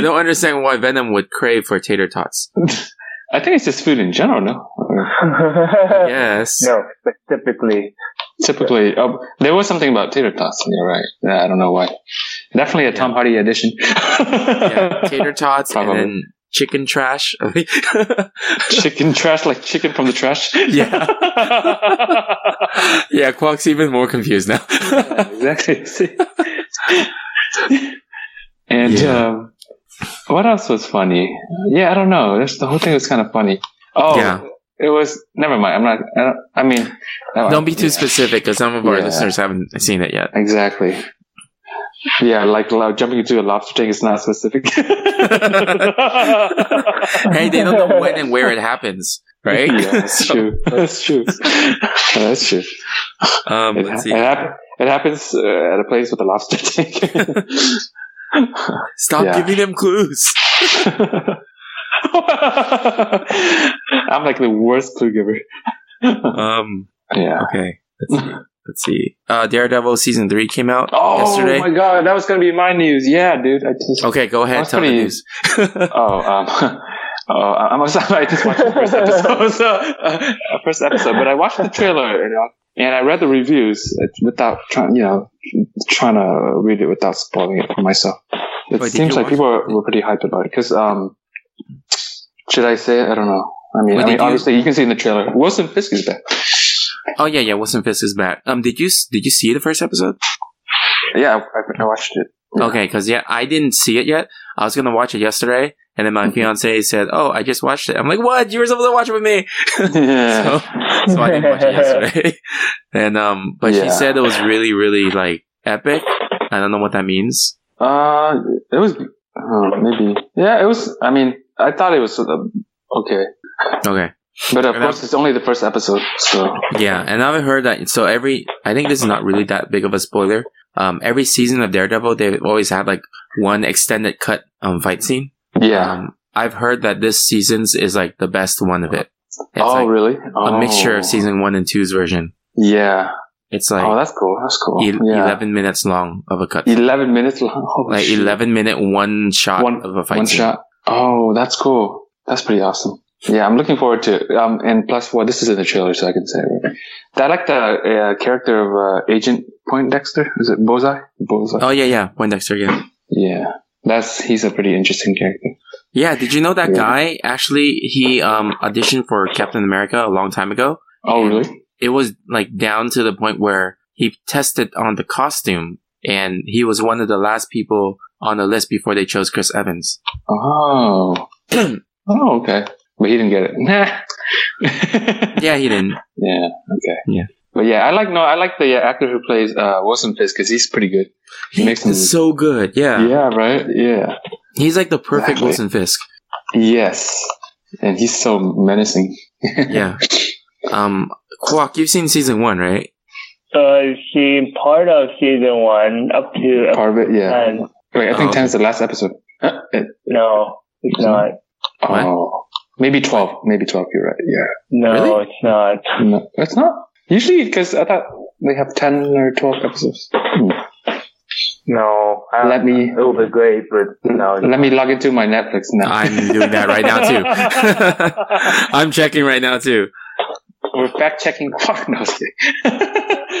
don't understand why Venom would crave for tater tots.
I think it's just food in general, no? Or
Yes.
No, specifically.
typically, oh, there was something about tater tots. You're right. Yeah, I don't know why. Definitely a Tom Hardy edition.
Yeah, tater tots and
Probably.
then chicken trash.
chicken trash, like chicken from the trash.
yeah. yeah, Quark's even more confused now.
exactly. and
Yeah.
um, what else was funny? Yeah, I don't know. There's, the whole thing was kind of funny. Oh,
Yeah.
it was. Never mind. I'm not. I, don't, I mean, never
don't
mind.
be too specific because some of our
Yeah.
listeners haven't seen it yet.
Exactly. Yeah, like lo- jumping into a lobster tank is not specific.
hey, they don't know when and where it happens, right?
Yeah, that's
So,
true. That's true. that's true.
um,
It,
let's
hap-
see.
it, hap- it happens uh, at a place with a lobster tank.
Stop
yeah.
giving them clues.
I'm like the worst clue giver.
Um,
Yeah.
okay. Let's see. Let's see. Uh, Daredevil season three came out
Oh
yesterday.
my god, that was gonna be my news. Yeah, dude. I just.
Okay, go ahead.
That's
Tell the
pretty-
news.
Oh, um, oh, I'm sorry. I just watched the first episode. So, uh, first episode, but I watched the trailer, you know, and I read the reviews uh, without trying, you know, trying to read it without spoiling it for myself. It
Wait, did you
seems like
watch
people are, were pretty hyped about it because, um, should I say it? I don't know. I mean,
Wait,
I mean,
did you-
obviously you can see in the trailer. Wilson Fisk is back.
Oh yeah, yeah. Wilson Fisk is back. Um, did you s- did you see the first episode?
Yeah, I, I watched it. Yeah.
Okay, because yeah, I didn't see it yet. I was gonna watch it yesterday, and then my
Mhm.
fiance said, "Oh, I just watched it." I'm like, "What? You were supposed to watch it with me?"
yeah.
So, so I didn't watch it yesterday. and um, but she
Yeah.
said it was really, really like epic. I don't know what that means.
Uh, it was uh, maybe. Yeah, it was. I mean, I thought it was uh, okay,
Okay,
but of
And
course, it's only the first episode. So
yeah, and I've heard that. So every, I think this is not really that big of a spoiler. Um, every season of Daredevil, they've always had like one extended cut um fight scene.
yeah.
Um, I've heard that this season's is like the best one of it. It's
oh,
like
really?
a mixture of
Oh.
season one and two's version.
Yeah.
It's like
oh, that's cool. That's cool.
e-
yeah.
11 minutes long of a cut.
11 minutes long. Holy
like
shit.
11 minute one shot
One-
of a fight
One
scene.
shot. Oh, that's cool. That's pretty awesome. Yeah, I'm looking forward to. It. Um, and plus, well, this is in the trailer, so I can say. It. I like the uh, character of uh, Agent Poindexter. Is it Bozai? Bozai.
Oh yeah, yeah. Poindexter, yeah.
Yeah, that's he's a pretty interesting character.
Yeah, did you know that
Yeah.
guy actually he um auditioned for Captain America a long time ago?
Oh, really?
It was like down to the point where he tested on the costume and he was one of the last people on the list before they chose Chris Evans.
Oh. oh, okay. But he didn't get it. Nah.
Yeah, he didn't.
Yeah. Okay.
Yeah.
But yeah, I like no, I like the uh, actor who plays uh, Wilson Fisk because he's pretty good. He makes him-
He's so good.
Yeah. Right. Yeah.
He's like the perfect
Exactly.
Wilson Fisk.
Yes. And he's so menacing.
Yeah. um, Kwok, you've seen season one, right?
Uh, she part of season one up to up
Part of it. Yeah.
ten.
Wait, I
Oh,
think
okay.
ten is the last episode. Uh, it-
No, it's not.
What?
oh. Maybe twelve. Maybe twelve. You're right. Yeah.
No,
Really?
it's not.
No, it's not. Usually, because I thought they have ten or twelve episodes. Hmm.
No, I
Let me-
It would be great, but no. it's
Let me log into my Netflix now.
I'm doing that right now too. I'm checking right now too.
We're fact checking Quark no, I'm just kidding.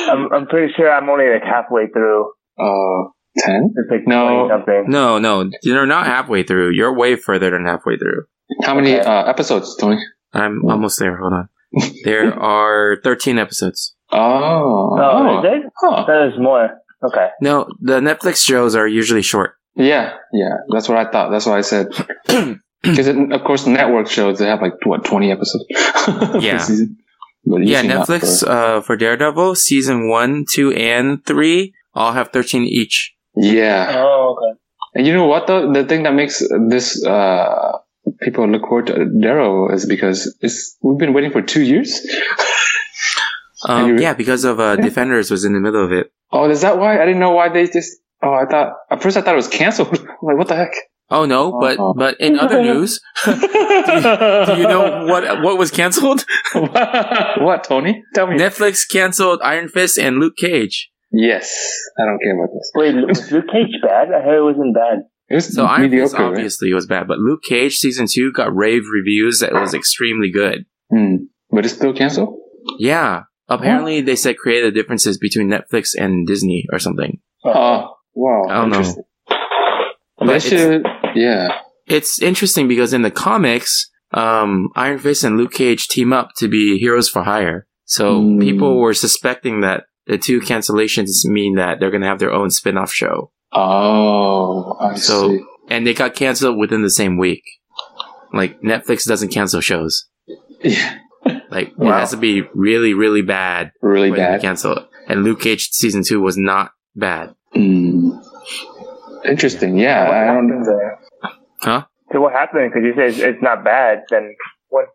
I'm, I'm pretty sure I'm only like halfway through.
Uh, 10?
It's like
No.
20 something.
No, no, you're not halfway through. You're way further than halfway through.
How many
Okay.
uh, episodes, Tony?
I'm almost there. Hold on. There are 13 episodes.
Oh.
Oh, is it?
Huh.
That is more. Okay.
No, the Netflix shows are usually short.
Yeah, yeah. That's what I thought. That's what I said. Because of course, network shows they have like what twenty episodes. per
Yeah.
season. But
Yeah,
usually not
Netflix
for-
uh, for Daredevil season one, two, and three all have 13 each.
yeah,
Oh, okay.
and you know what though? The thing that makes this uh people look forward to Darrow is because it's we've been waiting for two years.
Um,
you-
yeah, because of uh, Defenders was in the middle of it.
Oh, is that why? I didn't know why they just. Oh, I thought at first I thought it was canceled. I'm like, what the heck?
Oh no, but
Uh-oh.
but in other news, do you know what what was canceled?
what, Tony? Tell me.
Netflix canceled Iron Fist and Luke Cage.
yes, I don't care about this.
Wait, was Luke Cage bad? I heard it wasn't bad.
It was
So Iron Fist
mediocre. right?
obviously was bad, but Luke Cage season two got rave reviews that was extremely good.
Hmm. But it's still canceled.
Yeah. Apparently they said creative differences between Netflix and Disney or something.
Oh, wow.
I don't know.
Interesting.
But
That
it's-
should, yeah.
It's interesting because in the comics, um, Iron Fist and Luke Cage team up to be heroes for hire. So
Hmm.
people were suspecting that the two cancellations mean that they're going to have their own spin-off show.
Oh, I
So-
see.
And they got canceled within the same week. Like Netflix doesn't cancel shows.
Yeah,
Like it
Wow.
has to be really, really bad
really
when they
bad.
cancel it. And Luke Cage season two was not bad.
Mm. Interesting. Yeah,
What
I
happened
don't.
there?
Huh?
So what happened? Because you say it's, it's not bad, then what?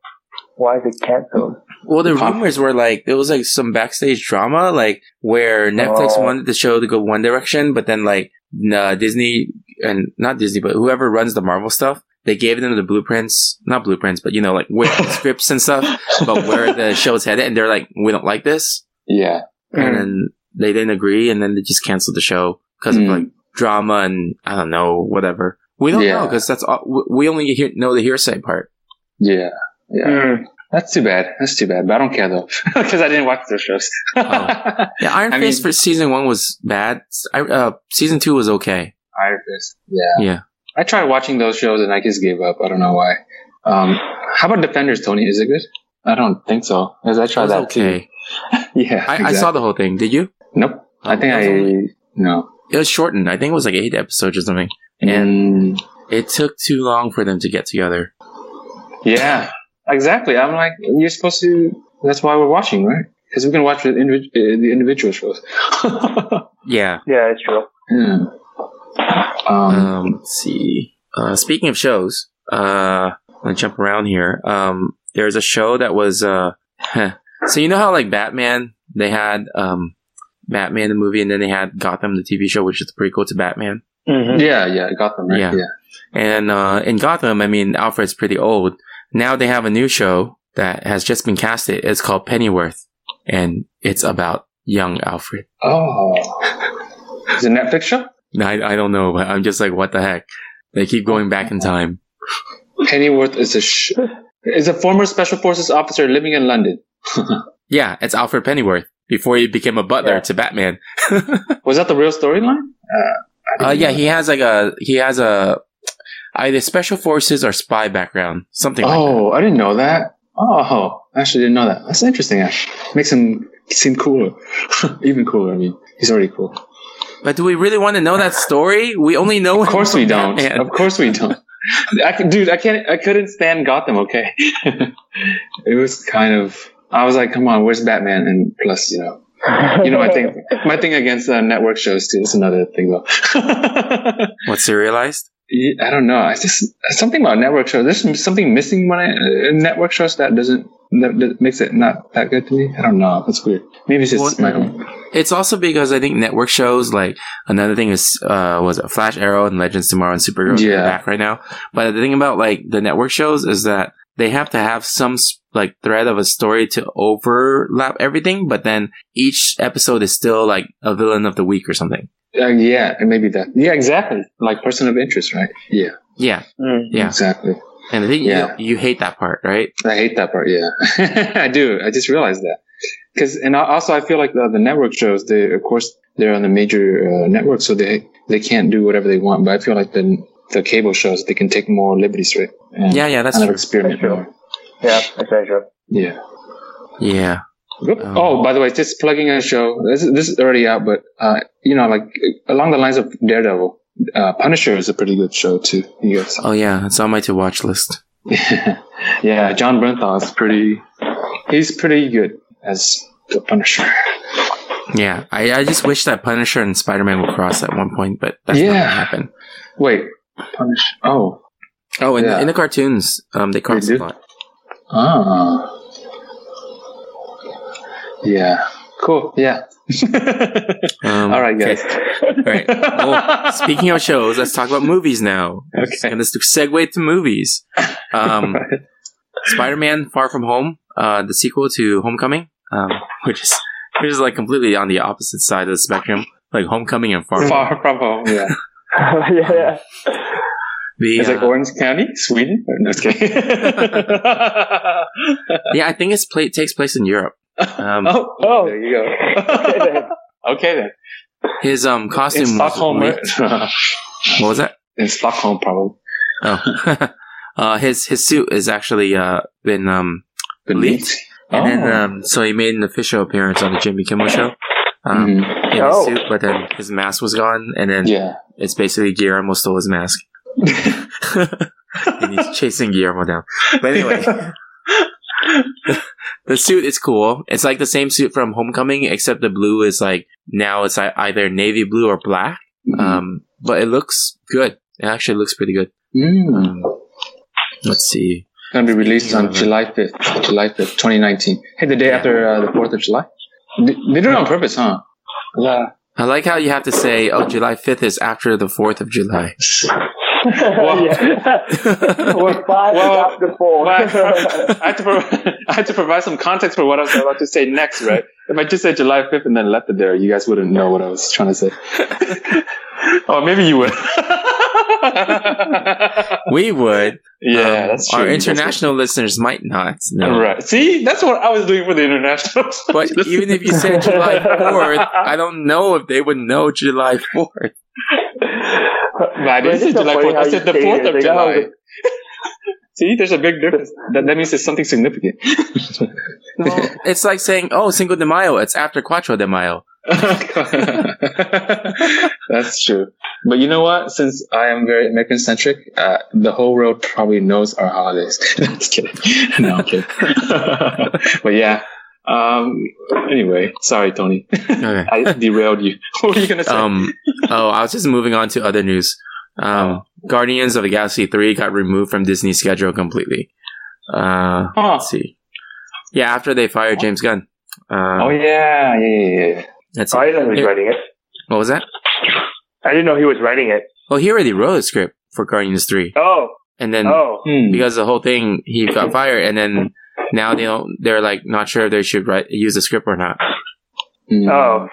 Why is it canceled?
Well, the
Huh.
rumors were like there was like some backstage drama, like where Netflix
Oh.
wanted the show to go one direction, but then like nah, Disney and not Disney, but whoever runs the Marvel stuff, they gave them the blueprints, not blueprints, but you know, like where scripts and stuff, but where the show's headed, and they're like, we don't like this,
Yeah.
Mm.
and then they didn't agree, and then they just canceled the show because
Mm.
of like drama and I don't know whatever. We don't 'cause
Yeah.
know because that's all, we- we only hear, know the hearsay part.
Yeah. Yeah.
Hmm.
Mm.
That's too bad. That's too bad. But I don't care though, because I didn't watch those shows.
Oh. Yeah, Iron
I
Fist
mean-
for season one was bad. S- I, uh, season two was okay.
Iron Fist. Yeah.
Yeah.
I tried watching those shows and I just gave up. I don't know why. Um, how about Defenders, Tony? Is it good? I don't think so. 'cause I
It
tried
was
that
okay.
too. Yeah.
I, I
exactly.
saw the whole thing. Did you?
Nope. I
Um,
think
it was
I
only-
no.
It was shortened. I think it was like eight episodes or something. And
And
it took too long for them to get together.
yeah, exactly. I'm like, you're supposed to. That's why we're watching, right? Because we can watch the, individ- uh, the individual shows.
Yeah.
Yeah, it's true.
yeah. Um,
Um, let's see. Uh, speaking of shows, uh, I jump around here. Um, there's a show that was uh, so you know how like Batman they had um, Batman the movie, and then they had Gotham the TV show, which is the prequel to Batman.
Mm-hmm.
yeah, yeah, Gotham, right?
Yeah.
Yeah.
And uh, in Gotham, I mean, Alfred's pretty old. Now they have a new show that has just been casted. It's called Pennyworth, and it's about young Alfred.
Oh, is it a Netflix show?
I, I don't know, but I'm just like, what the heck? They keep going back in time.
Pennyworth is a sh- is a former special forces officer living in London.
Yeah, it's Alfred Pennyworth before he became a butler
Yeah.
to Batman.
Was that the real storyline?
Uh, yeah, he has like a he has a either special forces or spy background, something like that.
Oh, I didn't know that. Oh, I actually didn't know that. That's interesting. Actually, makes him seem cooler, even cooler. I mean, he's already cool.
But do we really want to know that story? We only know
Of course we don't.
Batman.
Of course we don't. I, c- dude, I can't. I couldn't stand Gotham. Okay, it was kind of. I was like, come on, where's Batman? And plus, you know, you know, my thing. My thing against uh, network shows too. That's another thing, though.
What's serialized?
Yeah, I don't know. I just uh, something about network shows. There's something missing when I uh, network shows that doesn't that, that makes it not that good to me. I don't know. That's weird. Maybe it's just
Well,
my own.
It's also because I think network shows like another thing is uh was it Flash Arrow and Legends Tomorrow and Superheroes are
Yeah.
back right now. But the thing about like the network shows is that they have to have some s- like thread of a story to overlap everything, but then each episode is still like a villain of the week or something.
Uh, yeah, and maybe that. Yeah, exactly. Like person of interest, right? Yeah,
Yeah,
Mm.
yeah.
exactly.
And I think
Yeah.
you, you hate that part, right?
I hate that part. Yeah, I do. I just realized that because, and I- also I feel like the, the network shows. They of course they're on the major uh, network, so they they can't do whatever they want. But I feel like the the cable shows they can take more liberties, right? And
Yeah, yeah, that's
kind of
true.
experiment
That's true.
more.
Yeah, that's very true.
Yeah.
Yeah.
Oop.
Um,
oh, by the way, just plugging a show. This is, this is already out, but uh, you know, like along the lines of Daredevil, uh, Punisher is a pretty good show too. You guys,
Oh yeah, it's on my to watch list.
yeah, John Bernthal is pretty. He's pretty good as the Punisher.
Yeah, I, I just wish that Punisher and Spider Man would cross at one point, but that's not
Yeah.
gonna happen.
Wait, Punisher. Oh,
Oh, in, the,
Yeah.
in the cartoons, um, they cross
They
a
do?
lot.
ah, yeah, cool. Yeah.
Um,
All right,
okay.
guys.
All right. Well, speaking of shows, let's talk about movies now.
Okay.
And let's segue to movies. Um, Spider-Man: Far From Home, uh, the sequel to Homecoming, um, which is which is like completely on the opposite side of the spectrum, like Homecoming and Far. From Home.
Far from home. Yeah.
yeah, yeah.
The,
It's like
uh,
Orange County, Sweden. No, just kidding.
yeah, I think it's play- takes place in Europe. Um,
oh,
Oh.
there you go. okay then.
His um costume
In
was
Stockholm,
weird.
right?
What was that?
in Stockholm, probably.
Oh, uh, his his suit is actually uh been um Leaked?
Oh.
and then um so he made an official appearance on the Jimmy Kimmel show. Um,
Mhm.
in
Oh.
his suit, but then his mask was gone, and then
Yeah.
it's basically Guillermo stole his mask. and he's chasing Guillermo down. But anyway, the suit is cool. It's like the same suit from Homecoming, except the blue is like now it's like either navy blue or black.
Mm-hmm.
Um, but it looks good. It actually looks pretty good.
Mm.
Um, let's see.
Gonna be released on
Yeah.
July fifth, July fifth, twenty nineteen. Hey, the day
uh, Yeah.
after uh, the Fourth of July. They, they did it on purpose, huh? Yeah.
I like how you have to say, "Oh, July fifth is after the Fourth of July."
yeah. We're five
Well,
after four.
Well, I, I, had to pro- I had to provide some context for what I was about to say next, right? If I just said July 5th and then left it there, you guys wouldn't know what I was trying to say. oh, maybe you would. yeah,
We would. Um,
that's true.
Our
That's
international listeners might not
good.
know.
Right. See, that's what I was doing for the internationals.
But
Just-
even if you said July 4th, I don't know if they would know July 4th.
No, I didn't
It's
say
so
July
funny
4th.
how
I
you
said the
say
4th
it.
of
Like, oh,
July. See, there's a big difference. That, that means there's something significant.
it's like saying, oh, Cinco de Mayo, it's after Cuatro de Mayo.
That's true. But you know what? Since I am very American centric, uh, the whole world probably knows our holidays. Just kidding. No, I'm kidding. but yeah. Um, anyway, sorry, Tony.
Okay.
I derailed you. what were you going to say?
Um, oh, I was just moving on to other news. Um, Guardians of the Galaxy 3 got removed from Disney's schedule completely. Uh,
Huh.
let's see. Yeah, after they fired James Gunn. Uh,
Oh, yeah. Yeah, yeah, yeah.
That's
I
it.
didn't know he was writing it.
What was that?
I didn't know he was writing it.
Well, he already wrote a script for Guardians 3.
Oh,
And then
oh,
Hmm.
because the whole thing he got fired and then now they don't, they're like not sure if they should write, use the script or not
Hmm.
oh,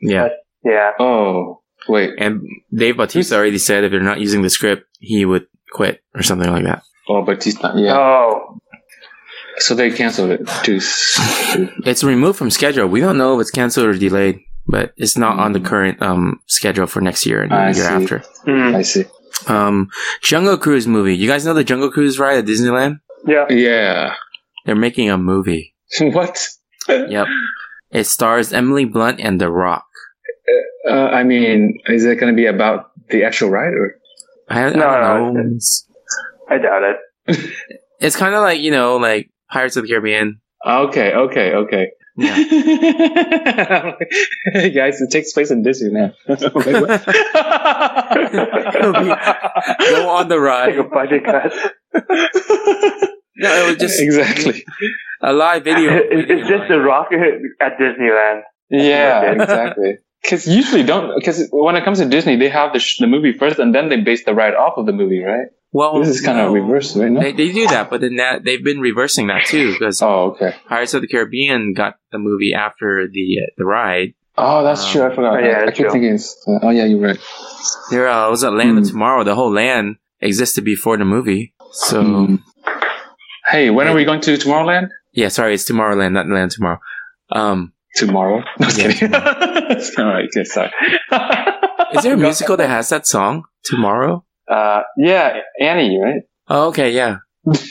yeah
yeah.
Oh, wait.
and dave bautista already said if they're not using the script he would quit or something like that
Oh, Batista. Yeah.
Oh,
So they canceled it too. soon.
it's removed from schedule we don't know if it's canceled or delayed but it's not on the current um, schedule for next year and the
I
year
see.
after
Mm.
I see.
um, jungle cruise movie you guys know the jungle cruise ride at disneyland
yeah.
Yeah.
they're making a movie
what?
yep it stars emily blunt and the rock
Uh, I mean, is it going to be about the actual ride or?
i, I
No,
don't
no,
know
I doubt it.
it's kind of like you know like pirates of the caribbean
Okay, okay, okay.
Yeah.
hey guys, it takes place in Disney now. Wait, what?
go on the
Take a
ride.
budget cut.
No, it was just
exactly.
a live video.
It's it's just the rocket at Disneyland.
Yeah, exactly. Because usually don't. Because when it comes to Disney, they have the, sh- the movie first, and then they base the ride off of the movie, right?
well,
this is kind
Oh, no.
of reversed, right? No?
They, they do that, but then that they've been reversing that too because
oh, okay.
Pirates of the Caribbean got the movie after the uh, the ride.
Oh, that's
Um,
true. I forgot.
oh, yeah,
I, I
that's
keep
true.
thinking. It's, uh, oh yeah, you're right.
There uh, was a Land of
Hmm.
Tomorrow. The whole land existed before the movie. So
Mm. Hey, when are we going to Tomorrowland?
yeah, sorry, it's Tomorrowland, not Land of Tomorrow. Um,
Tomorrow. Just
Yeah,
kidding. All right. Good. Sorry.
is there a musical that has that song Tomorrow?
Uh, yeah, Annie, right?
Oh, okay, yeah,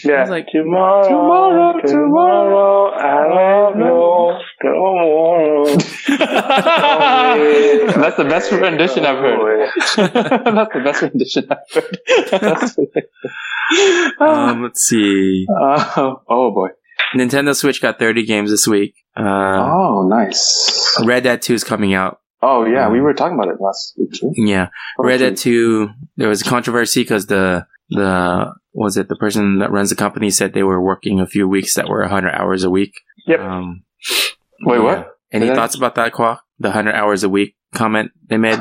Yeah.
was like,
tomorrow,
tomorrow, tomorrow, I don't know, tomorrow. That's the best rendition I've
oh,
heard. That's the best rendition I've heard. That's- Ah.
Um, let's see.
Uh, oh boy.
Nintendo Switch got 30 games this week. Uh,
Oh, nice.
Red Dead 2 is coming out.
Oh yeah, we were talking about it last week. too.
Yeah.
Oh,
Red Dead
geez.
2, there was controversy because the, the, was it the person that runs the company said they were working a few weeks that were 100 hours a week.
Yep.
Um,
Wait,
yeah.
what?
Any
Did I-
thoughts about that, Qua? The 100 hours a week comment they made?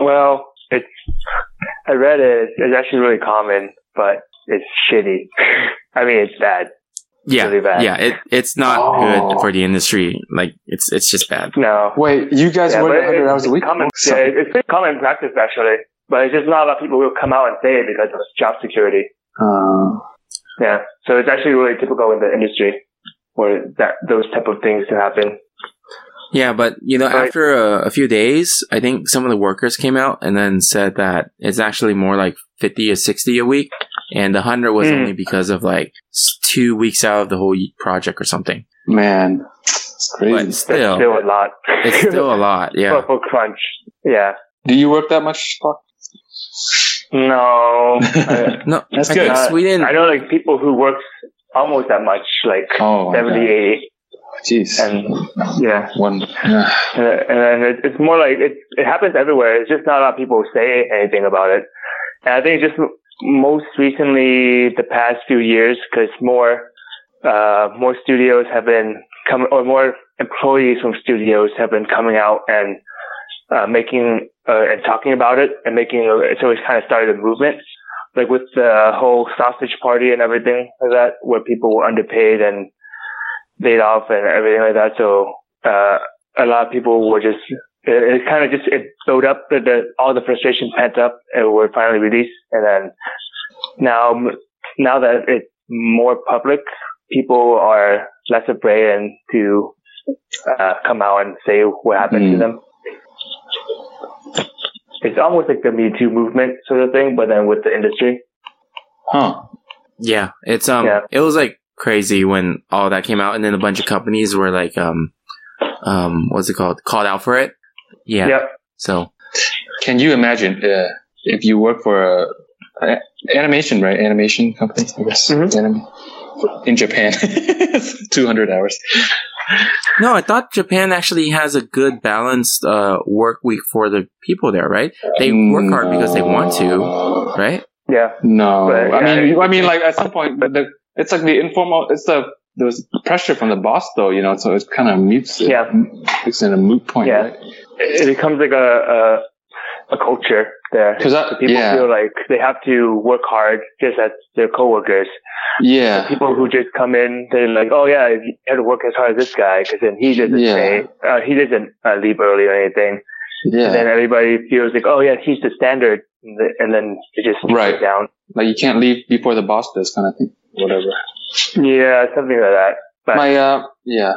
Well, it's I read it. It's actually really common, but it's shitty. I mean, it's bad.
yeah.
really bad.
Yeah. It, it's not
Oh.
good for the industry. Like, it's, it's just bad.
No,
Wait, you guys
Yeah,
work
but
worked 100
it's
hours a week? Oh,
Common, yeah,
Sorry.
it's pretty common practice actually, but it's just not a lot of people will come out and say it because of job security.
Uh,
Yeah, so it's actually really typical in the industry where that those type of things to happen.
Yeah, but you know,
Right.
after a, a few days, I think some of the workers came out and then said that it's actually more like fifty or sixty a week, and the hundred was
Hmm.
only because of like s- two weeks out of the whole y- project or something.
man, it's
But
crazy.
That's
still,
still a lot.
it's still a lot. Yeah,
for, for crunch. Yeah.
Do you work that much? Pac?
No. I,
no,
That's
I
good.
think
Uh,
Sweden.
I know like people who work almost that much, like
Oh, my
seventy,
God.
eighty,
Jeez.
70, 80. And yeah.
One. Yeah.
And, and then it, it's more like it, it happens everywhere. It's just not a lot of people say anything about it. And I think just m- most recently, the past few years, because more uh, more studios have been coming, or more employees from studios have been coming out and uh, making uh, and talking about it and making a, so it's kind of started a movement. Like with the whole sausage party and everything like that, where people were underpaid and laid off and everything like that. So uh, a lot of people were just it, it kind of just it built up the, the all the frustration pent up and were finally released and then now now that it's more public people are less afraid and to uh, come out and say what happened to
Mm.
them it's almost like the me too movement sort of thing but then with the industry
Huh.
Yeah, it's um,
Yeah.
it was like crazy when all that came out, and then a bunch of companies were like um, um, what's it called? Called out for it. Yeah.
Yep.
So
Can you imagine uh, if you work for a, a- animation, right? Animation company, I guess.
Mhm.
Anim- in Japan, two hundred hours.
No, I thought Japan actually has a good balanced uh, work week for the people there, right? They work hard because they want to,
to.
right?
yeah
No,
But,
I
yeah,
mean,
it-
I mean, like at some point, the, the- it's like the informal. It's the there's pressure from the boss, though, you know. So it kind of mutes. It,
Yeah.
it's in a moot point,
Yeah.
right?
it becomes like a a, a culture there.
'Cause that-
So people
yeah.
feel like they have to work hard just as their coworkers.
Yeah,
People who just come in, they're like, "Oh yeah, you have to work as hard as this guy because then he doesn't
Yeah.
stay, uh, he doesn't uh, leave early or anything." And then
yeah.
everybody feels like, "Oh yeah, he's the standard," and the- and then it just shuts
Right.
down.
Like you can't leave before the boss does, kind of thing. Whatever.
Yeah, something like that. But
My uh, yeah,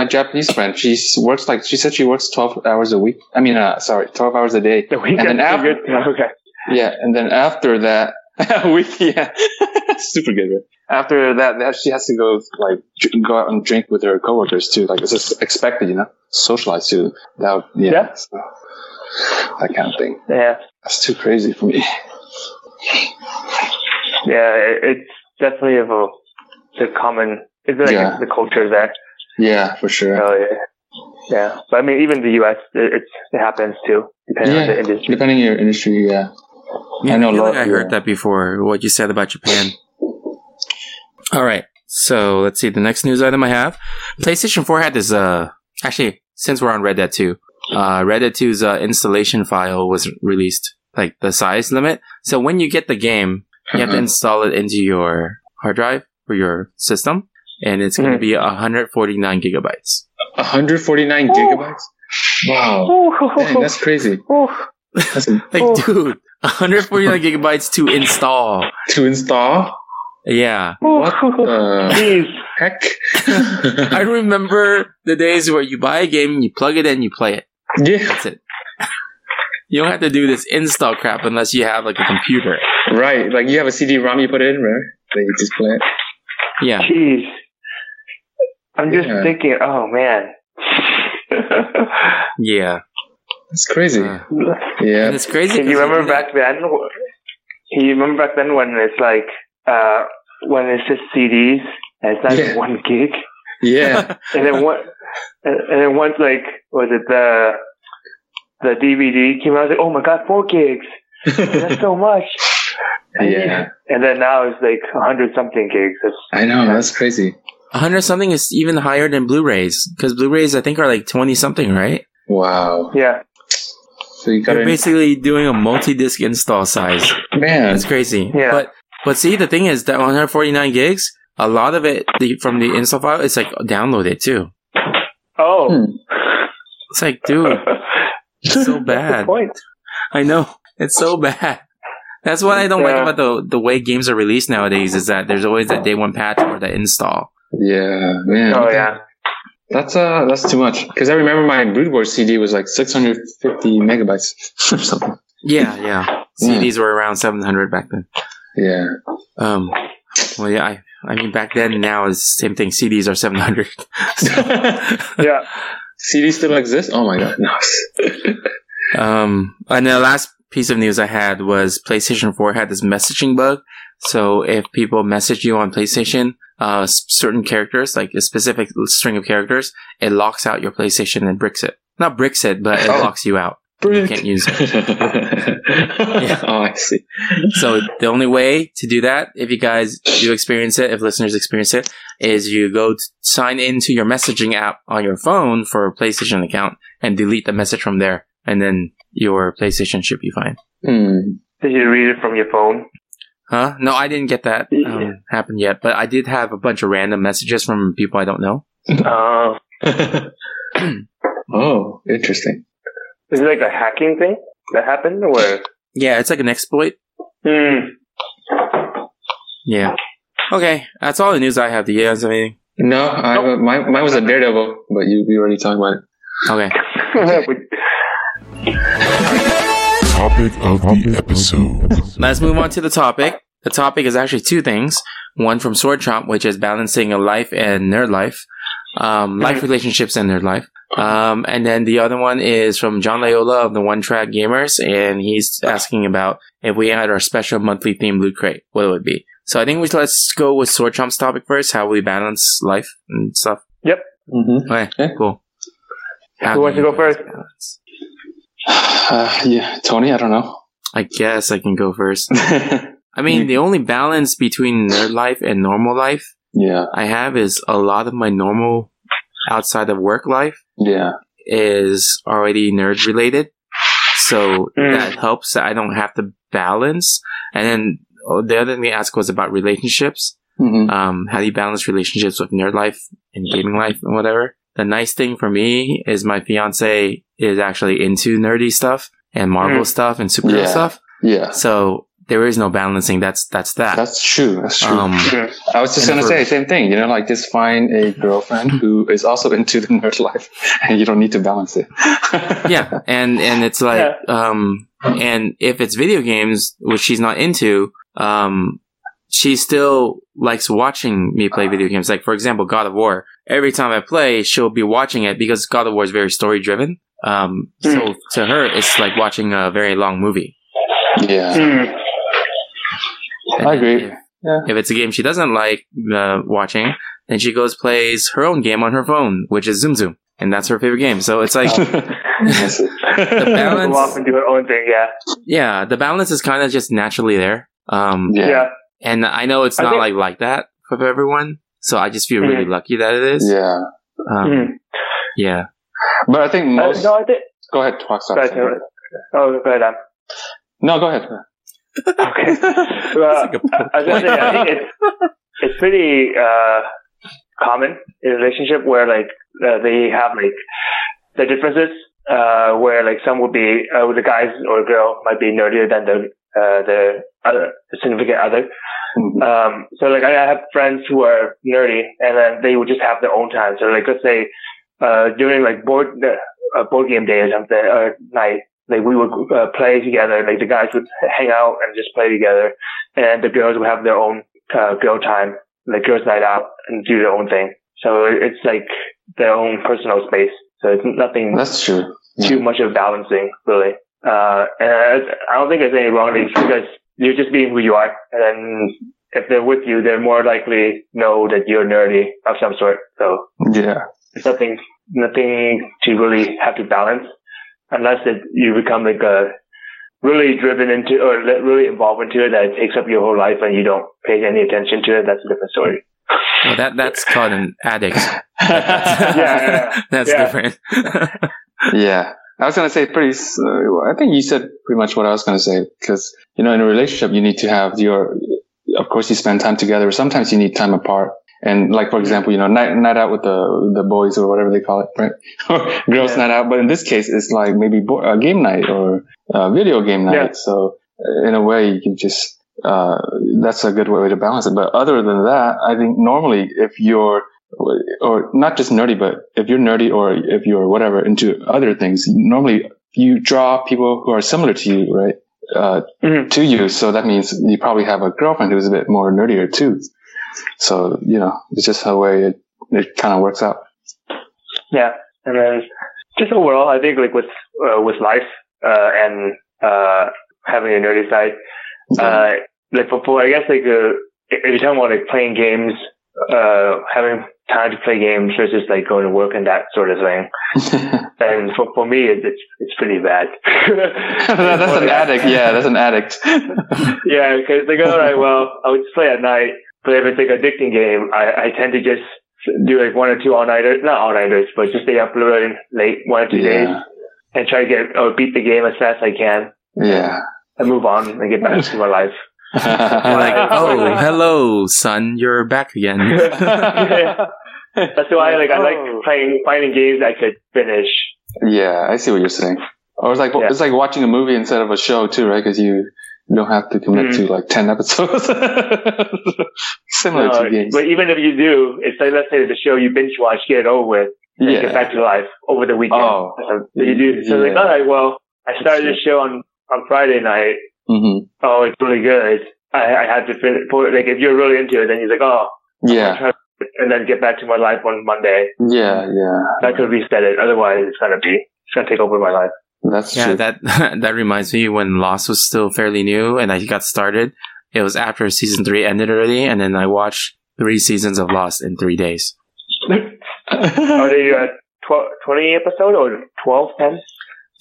my Japanese friend, she s- works like she said she works twelve hours a week. I mean, uh, sorry, twelve hours a day.
the weekend
and then after-
okay.
Yeah, and then after that a week, yeah, super good. Right? After that, that she has to go like dr- go out and drink with her coworkers too. Like it's just expected, you know, socialize too. That would, yeah,
Yeah.
so that kind of thing.
Yeah.
That's too crazy for me.
Yeah, it, it's definitely of a the common. It's like
Yeah.
the culture there.
Yeah, for sure.
Oh yeah, yeah. But I mean, even the U.S. It, it's, it happens too, depending on the
yeah,
industry.
depending on your industry, yeah.
Yeah,
I know a
feel
lot-
like I heard
yeah.
that before. What you said about Japan. All right. So let's see. The next news item I have: PlayStation Four had this. Uh, actually, since we're on Red Dead Two, uh, Red Dead 2's uh, installation file was released, like the size limit. So when you get the game, you have to
Mhm.
install it into your hard drive or your system, and it's going to
Mm-hmm.
Mhm.
be 149 gigabytes.
149 gigabytes. Wow, Dang, that's crazy. That's a-
Like, dude, 149 gigabytes to install.
to install.
Yeah.
What
Oh,
the
Please,
heck?
I remember the days where you buy a game, you plug it in, you play it.
yeah,
That's it. You don't have to do this install crap unless you have like a computer.
Right. Like you have a CD-ROM you put it in, right? That you just play it.
Yeah.
Jeez. I'm just
Yeah.
thinking, oh man.
Yeah.
It's crazy.
Uh,
yeah.
And it's crazy.
Can you
'cause
remember back then? You remember back then when it's like, uh, when it's just CDs and it's not
Yeah.
one gig?
Yeah.
And then what? And, and then once like, was it the, the DVD came out, I was like, oh my god, four gigs. That's so much.
yeah.
And then now it's like a hundred something gigs. It's,
I know. That's crazy.
100 something is even higher than Blu-rays because Blu-rays I think are like 20 something, right?
Wow.
yeah.
So you got
They're
it.
basically doing a multi-disc install size.
Man.
That's crazy.
Yeah.
But but see, the thing is that 149 gigs, a lot of it the, from the install file, it's like downloaded too.
Oh.
Hmm.
It's like, dude, it's so
That's the
bad.
point.
I know it's so bad. That's what I don't like
Yeah.
about the the way games are released nowadays is that there's always that day one patch or the install.
Yeah. Man.
Oh yeah.
That's uh, that's too much. Because I remember my Brood Wars CD was like 650 megabytes or something.
Yeah, yeah.
Mm.
CDs were around 700 back then.
Yeah.
Um, well, yeah, I, I mean, back then and now is the same thing. CDs are 700.
Yeah.
CD still exists? Oh my god. No.
Um, and the last piece of news I had was PlayStation 4 had this messaging bug. So if people message you on PlayStation, uh, s- certain characters, like a specific string of characters, it locks out your PlayStation and bricks it. Not bricks it, but it
Oh.
locks you out. You
Brick.
can't use it.
yeah. Oh, I see.
So the only way to do that, if you guys do experience it, if listeners experience it, is you go to sign into your messaging app on your phone for a PlayStation account and delete the message from there. And then your PlayStation should be fine.
Hmm.
Did you read it from your phone?
Huh? No, I didn't get that
Yeah.
um, happen yet, but I did have a bunch of random messages from people I don't know.
Oh.
oh, interesting.
Is it like a hacking thing that happened, or?
Yeah, it's like an exploit.
Hmm.
Yeah. Okay, that's all the news I have. Do you guys have anything?
No,
Oh.
I, my, mine was a Daredevil, but you you already talked about it.
Okay.
Topic of the episode.
Let's move on to the topic. The topic is actually two things. One from Sword Chomp, which is balancing a life and nerd life,
Mm-hmm.
um, life relationships and nerd life. Um, and then the other one is from John Layola of the One Track Gamers, and he's asking about if we had our special monthly themed loot crate, what it would be. So I think we let's go with Sword Chomp's topic first, how we balance life and stuff.
Mm-hmm.
Okay,
Yeah.
cool. How
Who wants
do
to
you
go
guys
first?
balance?
Uh, yeah, Tony, I don't know.
I guess I can go first. I mean, the only balance between nerd life and normal life
yeah,
I have is a lot of my normal outside of work life
yeah,
is already nerd related. So
Hmm.
Mm.
that helps that I don't have to balance. And then oh, the other thing they asked was about relationships.
hmm
Um, how do you balance relationships with nerd life and gaming life and whatever? The nice thing for me is my fiance is actually into nerdy stuff and Marvel
Mm.
stuff and superhero
Hmm. Yeah.
stuff.
yeah.
So there is no balancing. That's, that's that.
That's true. That's true.
um,
hmm.
I was just
and
gonna
for-
say same thing. You know, like just find a girlfriend who is also into the nerd life, and you don't need to balance it.
yeah and and it's like um and if it's video games which she's not into um she still likes watching me play video games like for example god of war every time i play she'll be watching it because god of war is very story driven um so to her it's like watching a very long movie
yeah,
Hmm.
I agree.
if,
Yeah.
if it's a game she doesn't like uh, watching then she goes plays her own game on her phone which is zoom zoom and that's her favorite game so it's like
That's it.
balance-
Go off and do her own thing. Yeah.
yeah the balance is kind of just naturally there um
yeah,
Yeah.
And I know it's
I
not
think-
like like that for everyone. So I just feel really
Mhm.
lucky that it is.
yeah.
Um,
Hmm.
Yeah.
But I think
Uh,
most.
no, I think.
go ahead, Twak, sorry.
Sorry, sorry. Oh, go ahead. Adam.
No, go ahead.
Okay. well, I was gonna say, I think it's it's pretty uh, common in a relationship where like uh, they have like the differences uh, where like some would be uh, the guys or girl might be nerdier than the uh, the other the significant other.
Mhm.
Um, so like I have friends who are nerdy and then they would just have their own time. So like let's say, uh, during like board, uh, board game day or something, or night, like we would uh, play together. Like the guys would hang out and just play together, and the girls would have their own uh, girl time, like girls' night out, and do their own thing. So it's like their own personal space. So it's nothing
That's true.
too much of balancing, really. Uh, and I- I don't think there's any wrong with it because you're just being who you are. And then if they're with you, they're more likely know that you're nerdy of some sort. So
Yeah.
it's nothing, nothing to really have to balance unless it, you become like a really driven into or li- really involved into it that it takes up your whole life and you don't pay any attention to it. That's a different story.
Well, that that's called an addict.
yeah,
that's
yeah.
different.
Yeah. I was going to say pretty, s- uh, I think you said pretty much what I was going to say because, you know, in a relationship, you need to have your, of course, you spend time together. Sometimes you need time apart. And like, for example, you know, night, night out with the, the boys or whatever they call it, right? Girls
Yeah.
night out. But in this case, it's like maybe bo- uh, game night or uh, video game night.
Yeah.
So uh, in a way, you can just, uh, that's a good way to balance it. But other than that, I think normally if you're, or not just nerdy, but if you're nerdy or if you're whatever into other things, normally you draw people who are similar to you, right? Uh,
Mhm.
to you. So that means you probably have a girlfriend who's a bit more nerdier too. So, you know, it's just how way it, it kind of works out.
Yeah, and then just overall, I think like with uh, with life uh, and uh, having a nerdy side,
Mm-hmm.
uh, like for, for I guess like uh, if you're talking about like playing games, uh, having time to play games versus like going to work and that sort of thing. And for for me, it's it's, it's pretty bad.
that's an addict. Yeah, that's an addict.
Yeah, because like, all right, well, I would just play at night, but if it's like an addicting game, I, I tend to just do like one or two all-nighters, not all-nighters, but just stay up really late one or two days
yeah.
and try to get or beat the game as fast as I can
Yeah.
and move on and get back to my life.
You're like, oh, hello, son, you're back again.
Yeah. That's why like I
Oh.
like playing finding games I could finish.
yeah, I see what you're saying. Or it's like,
Yeah.
it's like watching a movie instead of a show too, right? Cause you don't have to commit
Mm-hmm.
to like 10 episodes. Similar
Uh,
to games.
but even if you do, it's like let's say the show you binge watch, get it over with, and get
yeah.
back to life over the weekend.
Oh.
So you do so like
Yeah.
all right, well, I started this show on on Friday night.
hmm
Oh, it's really good. I, I had to finish. Like if you're really into it, then you're like, oh,
Yeah.
and then get back to my life on Monday.
Yeah. Yeah.
I could reset it. Otherwise, it's gonna be it's gonna take over my life.
That's
yeah,
true.
that that reminds me when Lost was still fairly new and I got started. It was after season three ended already, and then I watched three seasons of Lost in three days.
Mm.
Are they uh, 12, 20 episode or 12, 10?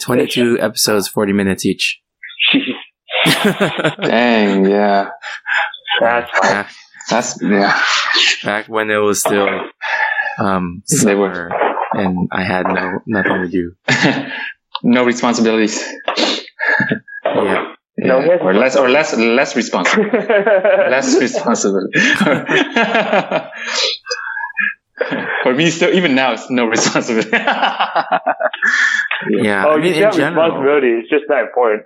Twenty-two episodes, forty minutes each.
Dang. Yeah.
That's fine.
back,
That's, yeah.
back when it was still um
They were.
summer and I had no nothing to do.
no responsibilities.
Yeah.
No,
Yeah.
yes.
or less, or less, less responsible, less responsible. For me, still, even now, it's no responsibility.
Yeah.
oh,
I mean
you
in
got
general.
responsibility. It's just not important.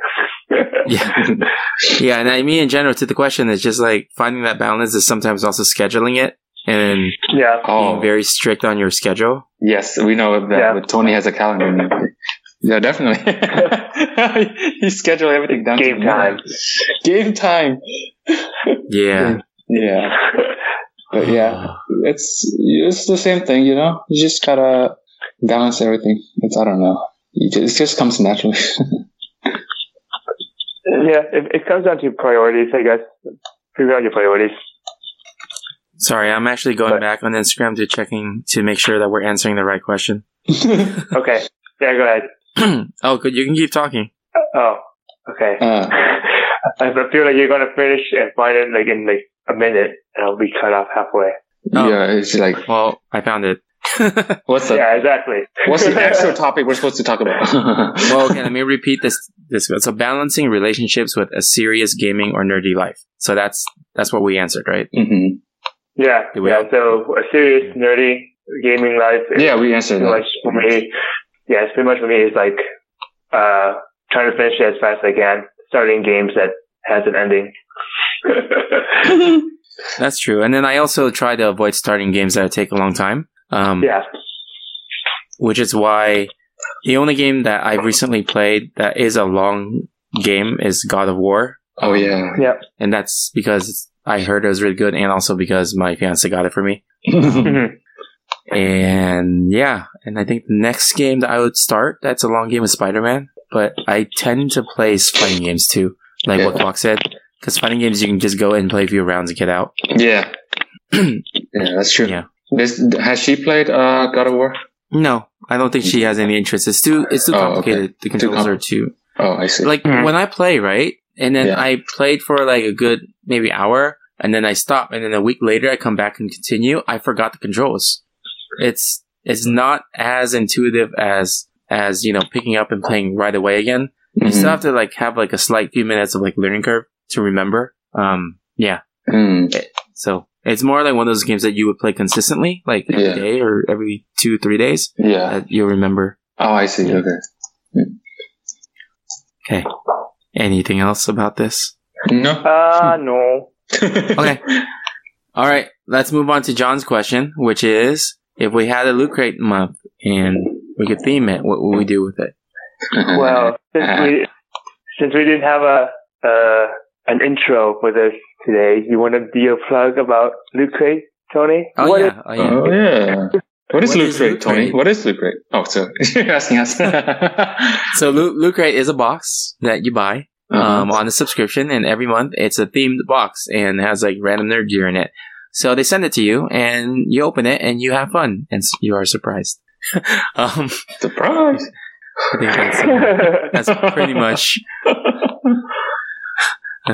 Yeah. yeah, and I mean in general to the question it's just like finding that balance is sometimes also scheduling it and
yeah.
Mm.
being very strict on your
Oh,
schedule.
Yes, we know that.
Yeah.
But Tony has a calendar. now. Yeah, definitely. he scheduled everything down. to
Game
the
time.
minute. Game time.
Yeah.
Yeah. But yeah, it's it's the same thing, you know. You just gotta balance everything. It's I don't know. You just, it just comes naturally.
Yeah. It, it comes down to priorities, I guess. Figure out your priorities.
Sorry, I'm actually going
But-
back on Instagram to checking to make sure that we're answering the right question.
Okay. Yeah, go ahead.
oh, good. You can keep talking.
Oh, okay.
uh,
I feel like you're gonna finish and find it like in like a minute, and I'll be cut off halfway.
Oh.
Yeah, it's like
Well, I found it.
what's the
yeah, exactly.
what's the actual topic we're supposed to talk about?
well, okay, let me repeat this. This so balancing relationships with a serious gaming or nerdy life. So that's that's what we answered, right?
hmm
Yeah,
Do we
yeah.
have-
So a serious nerdy gaming life. Is
Yeah, we answered
pretty much
that.
for me. Yeah, it's pretty much for me. It's like uh, trying to finish it as fast as I can. Starting games that has an ending.
That's true. And then I also try to avoid starting games that take a long time. Um,
yeah,
Which is why The only game that I've recently played that is a long game is God of War,
Oh yeah.
Yep.
and that's because I heard it was really good, and also because my fiance got it for me. And yeah, and I think the next game that I would start that's a long game is Spider Man, but I tend to play fighting games too, like what
Yeah.
Fox said, because fighting games you can just go and play a few rounds and get out.
yeah. Yeah, that's true.
Yeah.
This, has she played uh, God of War?
No, I don't think she has any interest. It's too it's too
Oh, okay.
complicated. The controls
com-
are too
Oh, I see.
like
Mhm.
when I play right, and then
Yeah.
I played for like a good maybe hour, and then I stop, and then a week later I come back and continue. I forgot the controls. It's it's not as intuitive as as you know picking up and playing right away again. You still
Mhm.
have to like have like a slight few minutes of like learning curve to remember. Um, yeah.
Mm.
So it's more like one of those games that you would play consistently, like every day
Yeah.
or every two three days.
Yeah.
That you'll remember.
Oh, I see. Okay.
Anything else about this?
No.
Uh, no.
Okay. All right. Let's move on to John's question, which is if we had a loot crate month and we could theme it, what would we do with it?
Well, since we since we didn't have a uh an intro for this today, you want to do your plug about Loot Crate, Tony?
Oh
What
yeah.
is-
oh yeah.
Oh yeah. What is
What
loot
is
crate,
loot
Tony?
crate?
What is loot crate? Oh, so you're asking us. Uh-huh.
So loot, loot crate is a box that you buy
Uh-huh.
um, on a subscription, and every month it's a themed box and has like random nerd gear in it. So they send it to you, and you open it, and you have fun, and s- you are surprised. um,
Surprise!
I think that's, uh, that's pretty much.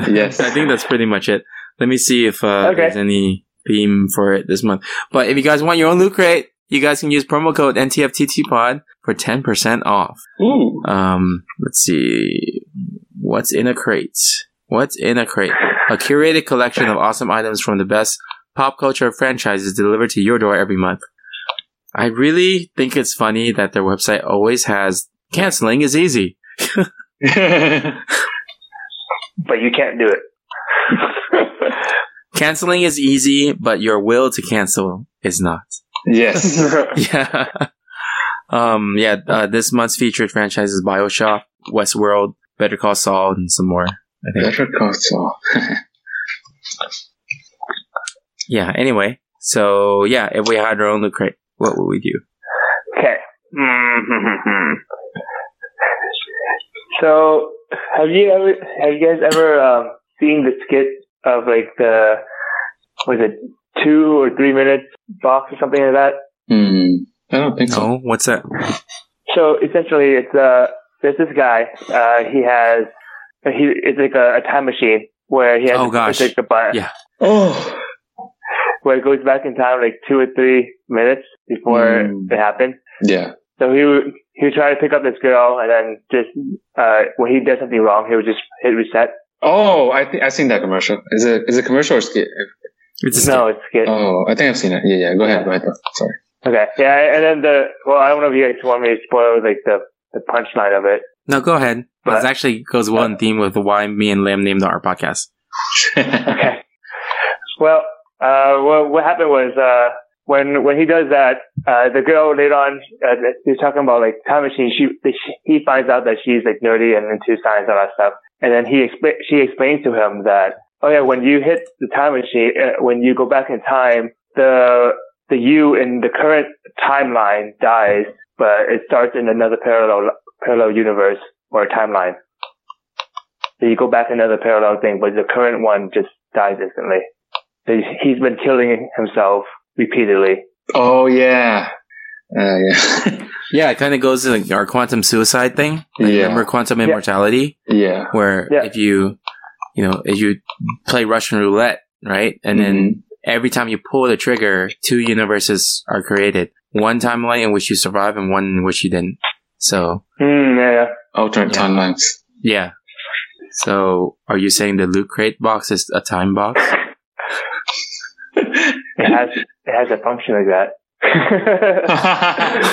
Yes.
I think that's pretty much it. Let me see if uh,
Okay.
there's any theme for it this month. But if you guys want your own loot crate, you guys can use promo code NTFTTPod for 10% off.
Ooh.
Um, let's see. What's in a crate? What's in a crate? A curated collection of awesome items from the best pop culture franchises delivered to your door every month. I really think it's funny that their website always has canceling is easy.
but you can't do it.
Canceling is easy, but your will to cancel is not.
yes.
Yeah. um, yeah, uh, this month's featured franchises Bioshock, Westworld, Better Call Saul, and some more.
Better Call Saul.
Yeah, anyway. So, yeah, if we had our own loot crate, what would we do?
Okay. so, have you ever, have you guys ever um, seen the skit of like the was it two or three minute box or something like that?
Hmm. I don't think so.
No? What's that?
So essentially, it's uh, there's this guy. Uh, he has he it's like a, a time machine where he has
Oh, gosh.
it's like a button
Yeah.
Oh.
where it goes back in time like two or three minutes before
Hmm.
Mm.
it happened.
Yeah.
So he would he would try to pick up this girl, and then just uh, when he does something wrong, he would just hit reset.
Oh, I think I've seen that commercial. Is it is it commercial or skit?
It's a
No, it's good.
Oh, I think I've seen it. Yeah, yeah. Go ahead. Go ahead. though. Sorry.
Okay, yeah, and then the well, I don't know if you guys want me to spoil like the the punchline of it.
No, go ahead.
But-
This actually goes well in theme with why me and Lam named our podcast.
Okay. Well, uh, well, what happened was uh, when when he does that, uh, the girl later on, uh, he's talking about like time machine. She, she he finds out that she's like nerdy and into science and all that stuff, and then he expla- she explains to him that oh yeah, when you hit the time machine, uh, when you go back in time, the the you in the current timeline dies, but it starts in another parallel parallel universe or timeline. So you go back another parallel thing, but the current one just dies instantly. So he's been killing himself repeatedly.
oh yeah. Uh, yeah.
Yeah, it kind of goes to like, our quantum suicide thing. Like,
Yeah.
Remember quantum
Yeah.
immortality?
yeah.
where
Yeah.
if you you know if you play Russian roulette, right, and then every time you pull the trigger, two universes are created: one timeline in which you survive and one in which you didn't. So
Hmm, yeah.
alternate
Yeah.
timelines.
yeah. So are you saying the loot crate box is a time box?
It has it has a function like that.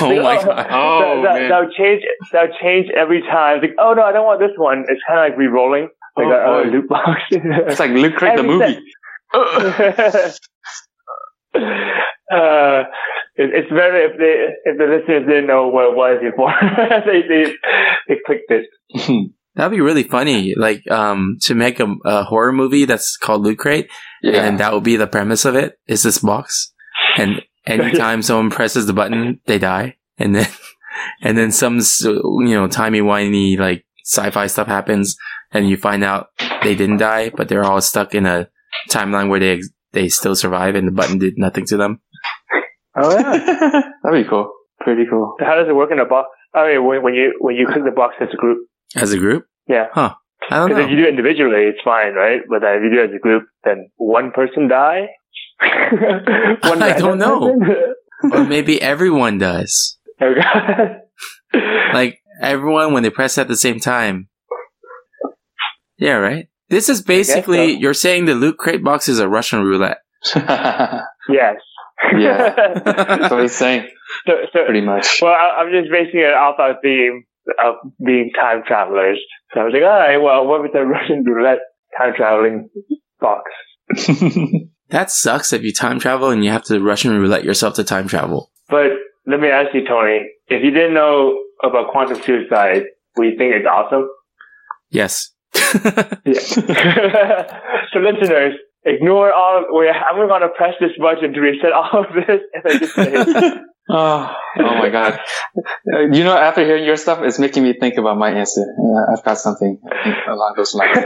Oh
Like,
my god!
Oh,
that,
man.
that, will change. That will change every time. It's like, oh no, I don't want this one. It's kind of like re-rolling, like
Oh,
a, a
boy.
loot box.
It's like Luke Crate the
Every
movie.
uh, It, it's better if they if the listeners didn't know what it was before they, they they clicked it.
That'd be really funny, like um, to make a, a horror movie that's called Loot Crate, and that would be the premise of it. Is this box, and anytime someone presses the button, they die, and then and then some s- you know timey wimey like sci-fi stuff happens, and you find out they didn't die, but they're all stuck in a timeline where they they still survive, and the button did nothing to them.
Oh yeah.
That'd be cool. Pretty cool.
How does it work in a box? I mean, when, when you when you click the box as a group,
As a group,
yeah.
I don't
Because if
know.
you do it individually, it's fine, right? But then if you do it as a group, then one person die. one
I
random
don't know.
person? Oh,
or maybe everyone does.
There we go.
like everyone when they press at the same time. Yeah, right. This is basically
so.
you're saying the loot crate box is a Russian roulette.
That's
yes.
Yeah. what he's saying,
so, so,
pretty much.
well, I, I'm just basing it off our theme of being time travelers. So I was like, all right, well, what was the Russian roulette time traveling box?
that sucks if you time travel and you have to Russian roulette yourself to time travel.
But let me ask you, Tony, if you didn't know about quantum suicide, would you think it's awesome?
Yes.
Yeah. so listeners, ignore all of, wait, I'm gonna press this button to reset all of this and I just say
oh, oh my god. Uh, You know, after hearing your stuff, it's making me think about my answer. Uh, I've got something I think, along those lines.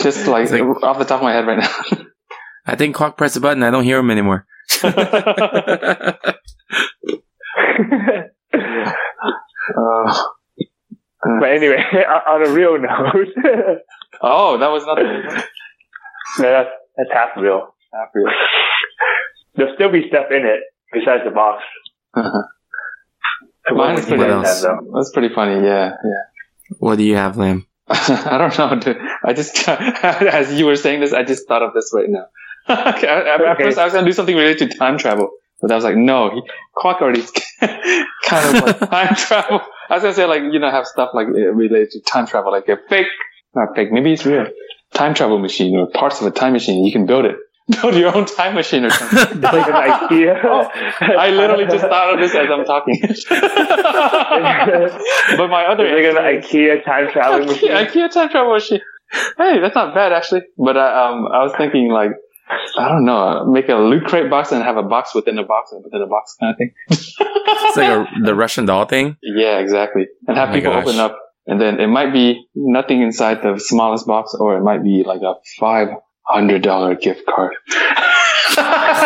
Just like,
It's like-
off the top of my head right now.
I think Clock pressed the button. I don't hear him anymore.
Uh,
But anyway, on on a real note, no,
oh, that was nothing.
that's, that's half real. There'll still be stuff in it besides the box.
Uh-huh.
It won't
Mine's
be
pretty,
What
like that,
else?
though.
that's pretty funny. Yeah, yeah.
what do you have, Lamb?
I don't know. Dude. I just, as you were saying this, I just thought of this right now. okay, I, I, At
Okay.
first, I was gonna do something related to time travel, but I was like, no, he, Quark already kind of like time travel. I was gonna say like you know have stuff like uh, related to time travel, like a fake, not fake, maybe it's real time travel machine or parts of a time machine. You can build it, build your own time machine or something.
Like an IKEA.
Oh, I literally just thought of this as I'm talking. but my other
It's like an
answer-
IKEA time traveling machine.
IKEA, IKEA time travel machine. Hey, that's not bad actually. But I, um, I was thinking like, I don't know, uh, make a loot crate box and have a box within a box and within a box kind of thing.
It's like a, the Russian doll thing.
Yeah, exactly. And
Oh
have
my
people
gosh.
open up, and then it might be nothing inside the smallest box, or it might be like a five hundred dollar gift card.
That's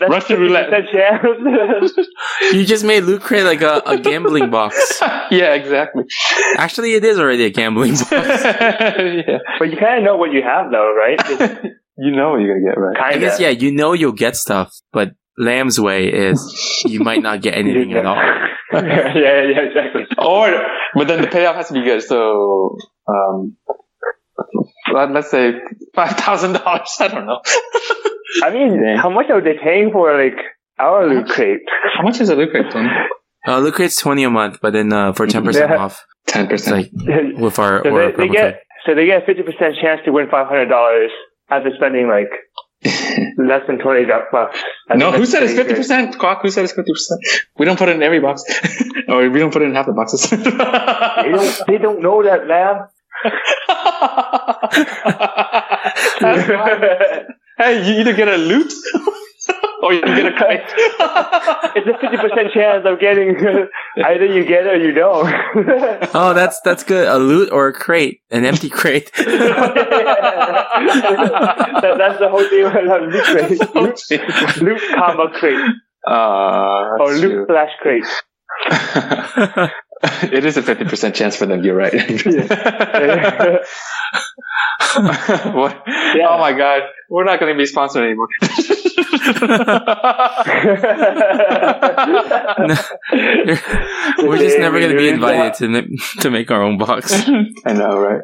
Russian roulette.
That's jams.
You just made loot crate like a, a gambling box.
yeah, exactly.
Actually, it is already a gambling box.
yeah.
But you kind of know what you have, though, right?
You know what you're gonna get, right?
I
Kind
guess
of.
yeah, you know you'll get stuff, but Lamb's way is you might not get anything at all.
yeah, yeah, yeah, exactly.
Or, Oh, but then the payoff has to be good. So, um, let, let's say five thousand dollars. I don't know.
I mean,
Yeah.
how much are they paying for like our loot crate?
How much is a loot crate?
Uh, look, it's twenty a month, but then uh, for ten percent
Yeah.
off,
Ten
it's
percent.
like with our
so
or our promo
they, they
code.
get so they get a fifty percent chance to win five hundred dollars after spending like less than twenty bucks. I
No,
think
who
that's
said it's
pretty
fifty
good.
percent? Quack, who said it's fifty percent? We don't put it in every box, or we don't put it in half the boxes.
They don't. They don't know that, man.
That's why. hey, you either get a loot or you get a kite.
It's a fifty percent chance of getting. either you get it or you don't.
Oh, that's that's good. A loot or a crate, an empty crate.
that, that's the whole thing about loot crate. Loot comma crate
Uh,
or loot flash crate.
it is a fifty percent chance for them. You're right. What?
Yeah.
Oh my god, we're not going to be sponsored anymore.
We're just never gonna be invited to ma- to make our own box.
I know, right?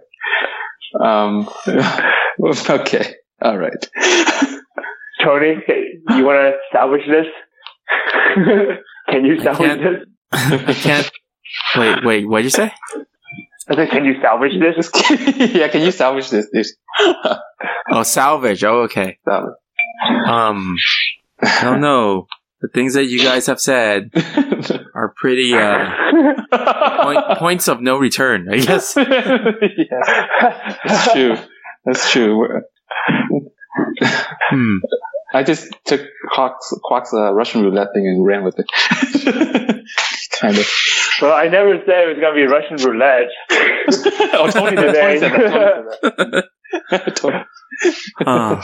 Um, okay, all right.
Tony, you want to salvage this? can you salvage
can't.
this?
I can't. Wait, wait. What'd you say?
I said, can you salvage this?
yeah, can you salvage this? This-
Oh, salvage. Oh, okay.
salvage.
Um, I don't know. The things that you guys have said are pretty uh, point, points of no return, I guess.
yeah. That's true. That's true. We're-
Hmm.
I just took Quack's, Quack's uh, Russian roulette thing and ran with it. kind of.
Well, I never said it was gonna be Russian roulette.
oh, Tony did Tony said that. Tony
Uh,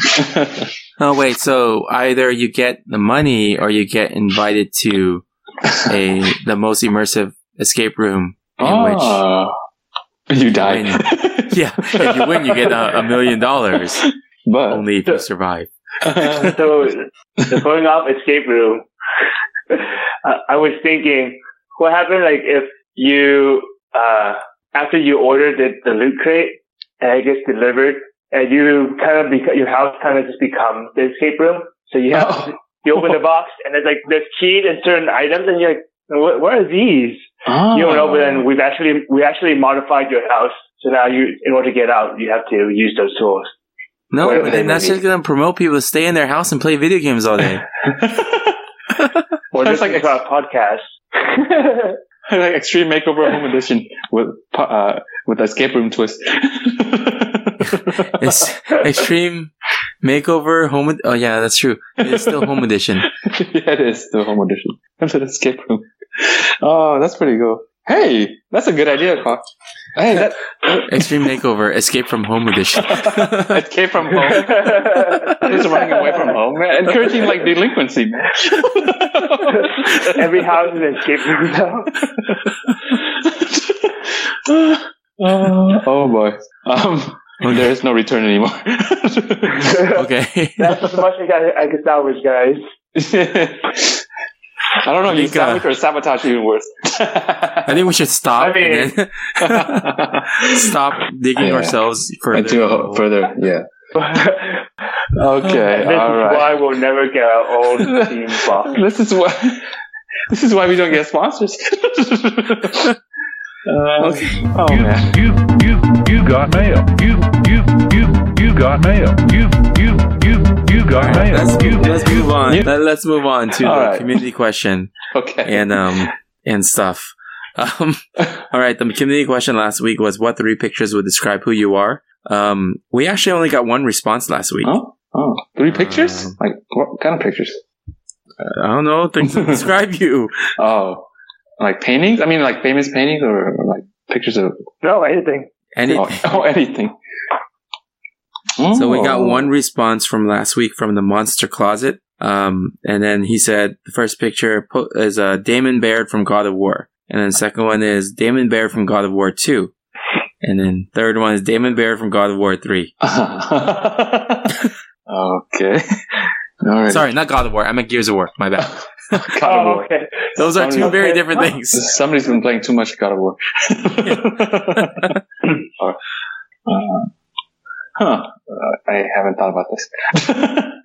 said that.
oh wait, so either you get the money or you get invited to a the most immersive escape room in
Ah. you died.
which yeah, if you win you get a, a million dollars
but
only if you survive.
so the going off escape room. Uh, I was thinking, what happened like if you uh, after you ordered the, the loot crate and it gets delivered, and you kind of beca- your house kind of just becomes the escape room. So you have
Oh.
you open the box and there's like there's keyed and certain items, and you're like, what, what are these? You
Oh.
don't know, but then we've actually we actually modified your house. So now you, in order to get out, you have to use those tools.
No,
Whatever
but
they
then
may
that's
be.
just gonna promote people to stay in their house and play video games all day.
Or
That's
just
like
like our podcast.
like Extreme Makeover Home Edition with pa- uh, with the escape room twist.
It's extreme makeover home. Ed- oh yeah, that's true. It's still home edition.
yeah, it is the home edition. Comes with escape room. Oh, that's pretty cool. Hey, that's a good idea, Cock. Hey, that
Extreme makeover, escape from home edition.
escape from home. Just running away from home, man. Encouraging like delinquency, man.
Every house is an escape room now.
Uh, oh boy. Um, there is no return anymore.
okay.
That's as much as I, I can salvage, guys.
I don't know.
I
You
think, uh,
salvage or sabotage even worse.
I think we should stop
I mean-
and then stop digging
Yeah.
ourselves further.
Into a ho- further, yeah. Okay,
this
all
is
right.
why we'll never get our own theme box.
This is why. This is why we don't get sponsors. Uh, Oh man.
You, you, you got mail. You, you, you, you got mail. You, you, you, you got
Alright,
mail.
let's,
you,
let's move on.
You-
Let, us move on to the
Alright.
community question
Okay.
and um and stuff. Um, all right, the community question last week was what three pictures would describe who you are. Um, we actually only got one response last week.
Oh, oh. Three pictures?
Um,
like what kind of pictures?
I don't know things that describe you.
Oh, like paintings? I mean, like famous paintings or like pictures of
No, anything.
And it,
oh, oh, anything.
So we got
Oh.
one response from last week from the Monster Closet. Um, and then he said the first picture po- is uh, Damon Baird from God of War. And then second one is Damon Baird from God of War 2. And then third one is Damon Baird from God of War 3.
okay. All right.
Sorry, not God of War. I meant Gears of War. My bad.
God of
Oh,
War.
okay.
Those are two very different things.
Somebody's been playing too much God of War. Or, uh, huh. Uh, I haven't thought about this.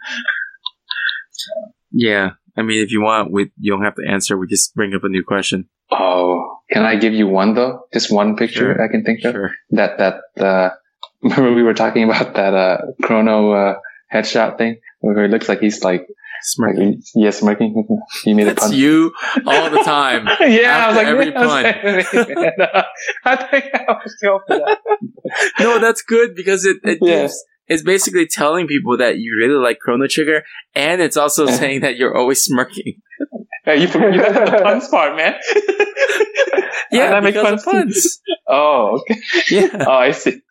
Yeah. I mean, if you want, we, you don't have to answer. We just bring up a new question.
oh, can I give you one though? Just one picture
Sure.
I can think of.
Sure.
That that uh, remember we were talking about that uh, Chrono uh, headshot thing where it looks like he's like, like
Smirk.
yeah smirking. he made a
That's
pun.
you all the time.
yeah,
After every
I was like, I think I was going for that.
no, that's good because it, it
Yeah.
gives, it's basically telling people that you really like Chrono Trigger, and it's also saying that you're always smirking.
Hey, you forgot you left the puns part, man.
Yeah,
that makes
because of puns.
oh, okay.
yeah,
Oh, I see.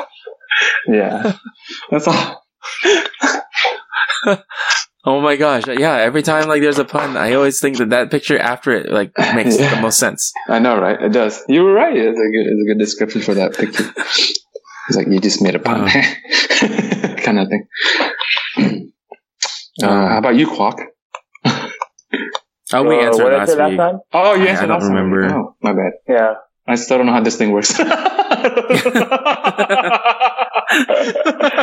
yeah, that's all.
Oh my gosh. Yeah. Every time like there's a pun, I always think that that picture after it like makes
Yeah.
the most sense.
I know, right? It does. You were right. It's a good, it's a good description for that picture. It's like you just made a pun, kind of thing. Uh, how about you, Quack?
Oh, we
Uh,
answered
what I
last
said
week.
time?
Oh, you
I- I
answered
don't
last time.
remember.
Oh, my bad.
Yeah.
I still don't know how this thing works.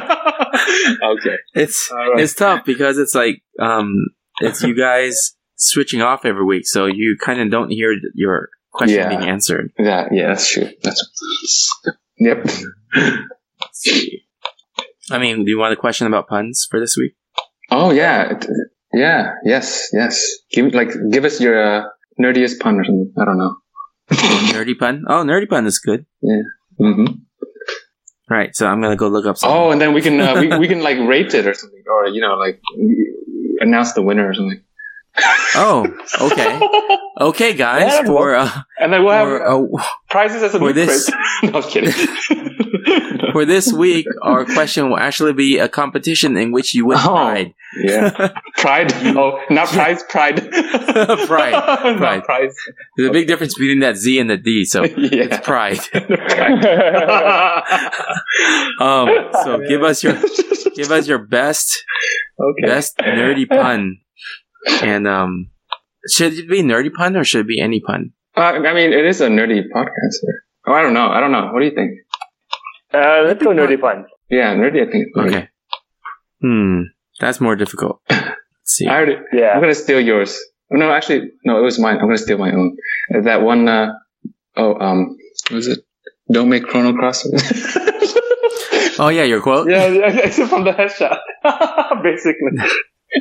okay.
It's
All right.
it's tough because it's like um it's you guys switching off every week, so you kind of don't hear your question
Yeah.
being answered.
Yeah, yeah, that's true. That's yep.
Let's see. I mean, do you want a question about puns for this week?
Oh yeah, It- yeah, yes, yes. Give like give us your uh, nerdiest pun or something. I don't know.
Nerdy pun? Oh, nerdy pun is good.
hmm
All right, so I'm gonna go look up. Some.
Oh, and then we can uh, we we can like rate it or something, or you know like announce the winner or something.
oh, okay, okay, guys.
That'll
For uh,
And then we'll have
for, uh,
prizes as a
for
new
this-
quiz. no, I'm kidding.
for this week, our question will actually be a competition in which you win
Oh.
pride.
yeah, pride. Oh, not prize, pride.
Pride, pride.
not prize.
There's a big difference between that Z and the D, so it's
Yeah.
pride.
okay.
Um, so give us your give us your best best nerdy pun, and um, should it be nerdy pun or should it be any pun?
Uh, I mean, it is a nerdy podcast. Here. Oh, I don't know. I don't know. What do you think?
Uh, let's go nerdy puns.
Yeah, nerdy. I think. is nerdy.
Okay. Hmm, that's more difficult. Let's see.
I already. I'm
Yeah.
gonna steal yours. No, actually, no. It was mine. I'm gonna steal my own. Uh, That one. Uh, oh, um, what is it? Don't make Chrono Cross.
Oh yeah, your quote.
yeah, yeah, it's from the headshot. Basically,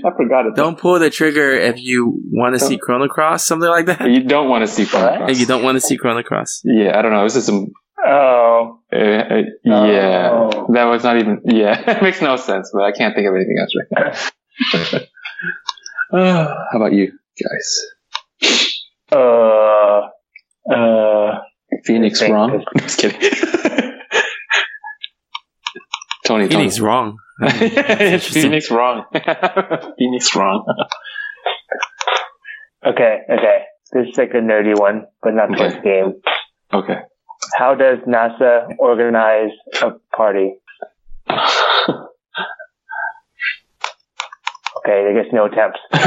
I forgot it.
Don't pull the trigger if you want to see Chrono Cross, something like that.
You don't want to see Chrono
What?
Cross.
If you don't want to see Chrono Cross,
Yeah, I don't know. This is some.
Oh.
Uh, uh, yeah,
Oh.
that was not even. Yeah, it makes no sense. But I can't think of anything else right now. uh, how about you guys?
Uh. Uh.
Phoenix
Thank
wrong?
you.
Just kidding. Tony,
Phoenix wrong.
Tony.
interesting.
Phoenix wrong. Phoenix wrong.
Okay. Okay. This is like a nerdy one, but not
Okay.
this game.
Okay.
How does NASA organize a party? Okay, I guess no attempts.
oh, I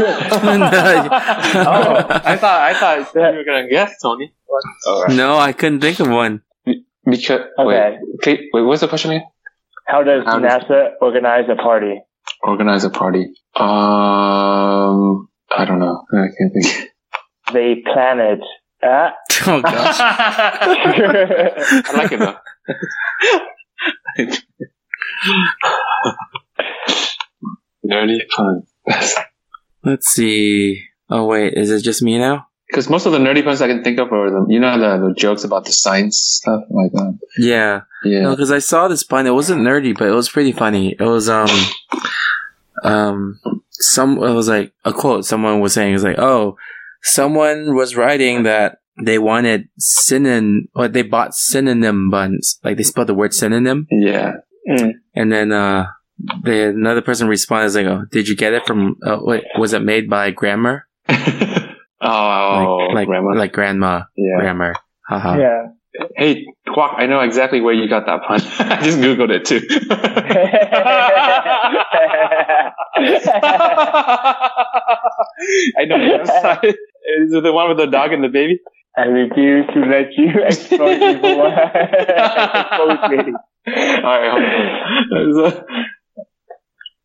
thought I thought you were gonna guess, Tony. What? All right.
No, I couldn't think of one.
Because
Okay.
wait, Kate, wait, what's the question again?
How does
How does-
NASA organize a party?
Organize a party. Um, I don't know. I can't think.
They plan it. Ah.
Oh gosh.
I like it though. Nerdy pun.
Let's see. Oh wait, is it just me now?
Because most of the nerdy puns I can think of are the you know the, the jokes about the science stuff like that.
Yeah.
Yeah.
No, because I saw this pun. It wasn't nerdy, but it was pretty funny. It was um, um, some. It was like a quote someone was saying. It was like, oh, someone was writing that they wanted synonym, or they bought synonym buns. Like they spelled the word synonym,
Yeah.
and then uh, the another person responded like, oh, did you get it from? Uh, wait, was it made by grammar?
oh,
like, like
grandma.
like grandma,
yeah.
grammar. Haha.
Yeah.
Hey, Quack, I know exactly where you got that pun. I just googled it too. I know. I'm sorry. Is it the one with the dog and the baby?
I refuse to let you expose me for what expose me.
All right, hold on. There's a-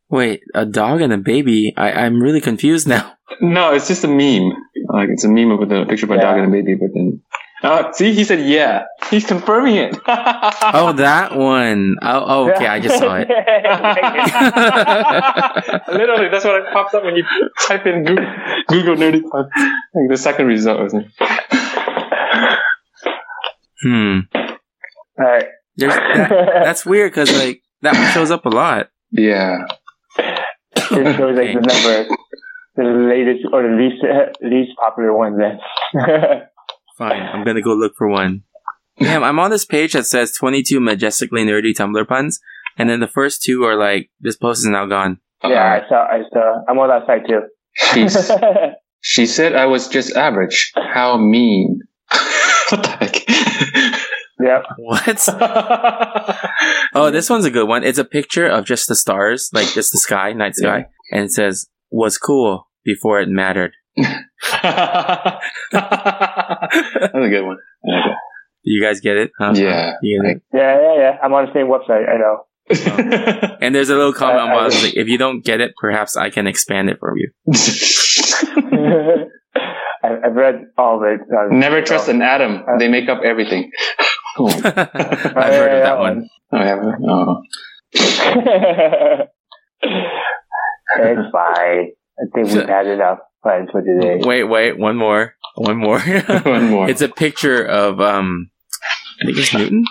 Wait, a dog and a baby. I, I'm really confused now.
No, it's just a meme. Like it's a meme with a picture of a
Yeah.
dog and a baby, but then. Oh, see, he said yeah. He's confirming it.
Oh, that one. Oh, oh, okay, I just saw it.
Literally, that's what it pops up when you type in Google, Google nerdy pun. Like the second result was.
Hmm.
Alright.
There's that, that's weird because like that one shows up a lot.
Yeah.
This shows like the number. The latest or the least least popular one then.
Fine, I'm gonna go look for one. Damn, I'm on this page that says 22 majestically nerdy Tumblr puns, and then the first two are like, this post is now gone.
yeah, I saw I saw I'm on that site too.
She's, she said I was just average. How mean. what the heck?
yep.
What? oh, this one's a good one. It's a picture of just the stars, like just the sky, night sky, and it says, was cool before it mattered.
That's a good one. Okay.
You guys get it? Huh?
Yeah.
You get it?
Yeah, yeah, yeah. I'm on the same website, I know.
And there's a little comment
I-
on
I
bottom.
was-
like, if you don't get it, perhaps I can expand it for you.
I I've read all of it.
Never trust an atom. They make up everything. Oh,
I've heard of that one.
I have. Oh.
it's fine. I think we've had enough plans for today.
Wait, wait, one more, one more.
One more.
It's a picture of um, I think it's Newton,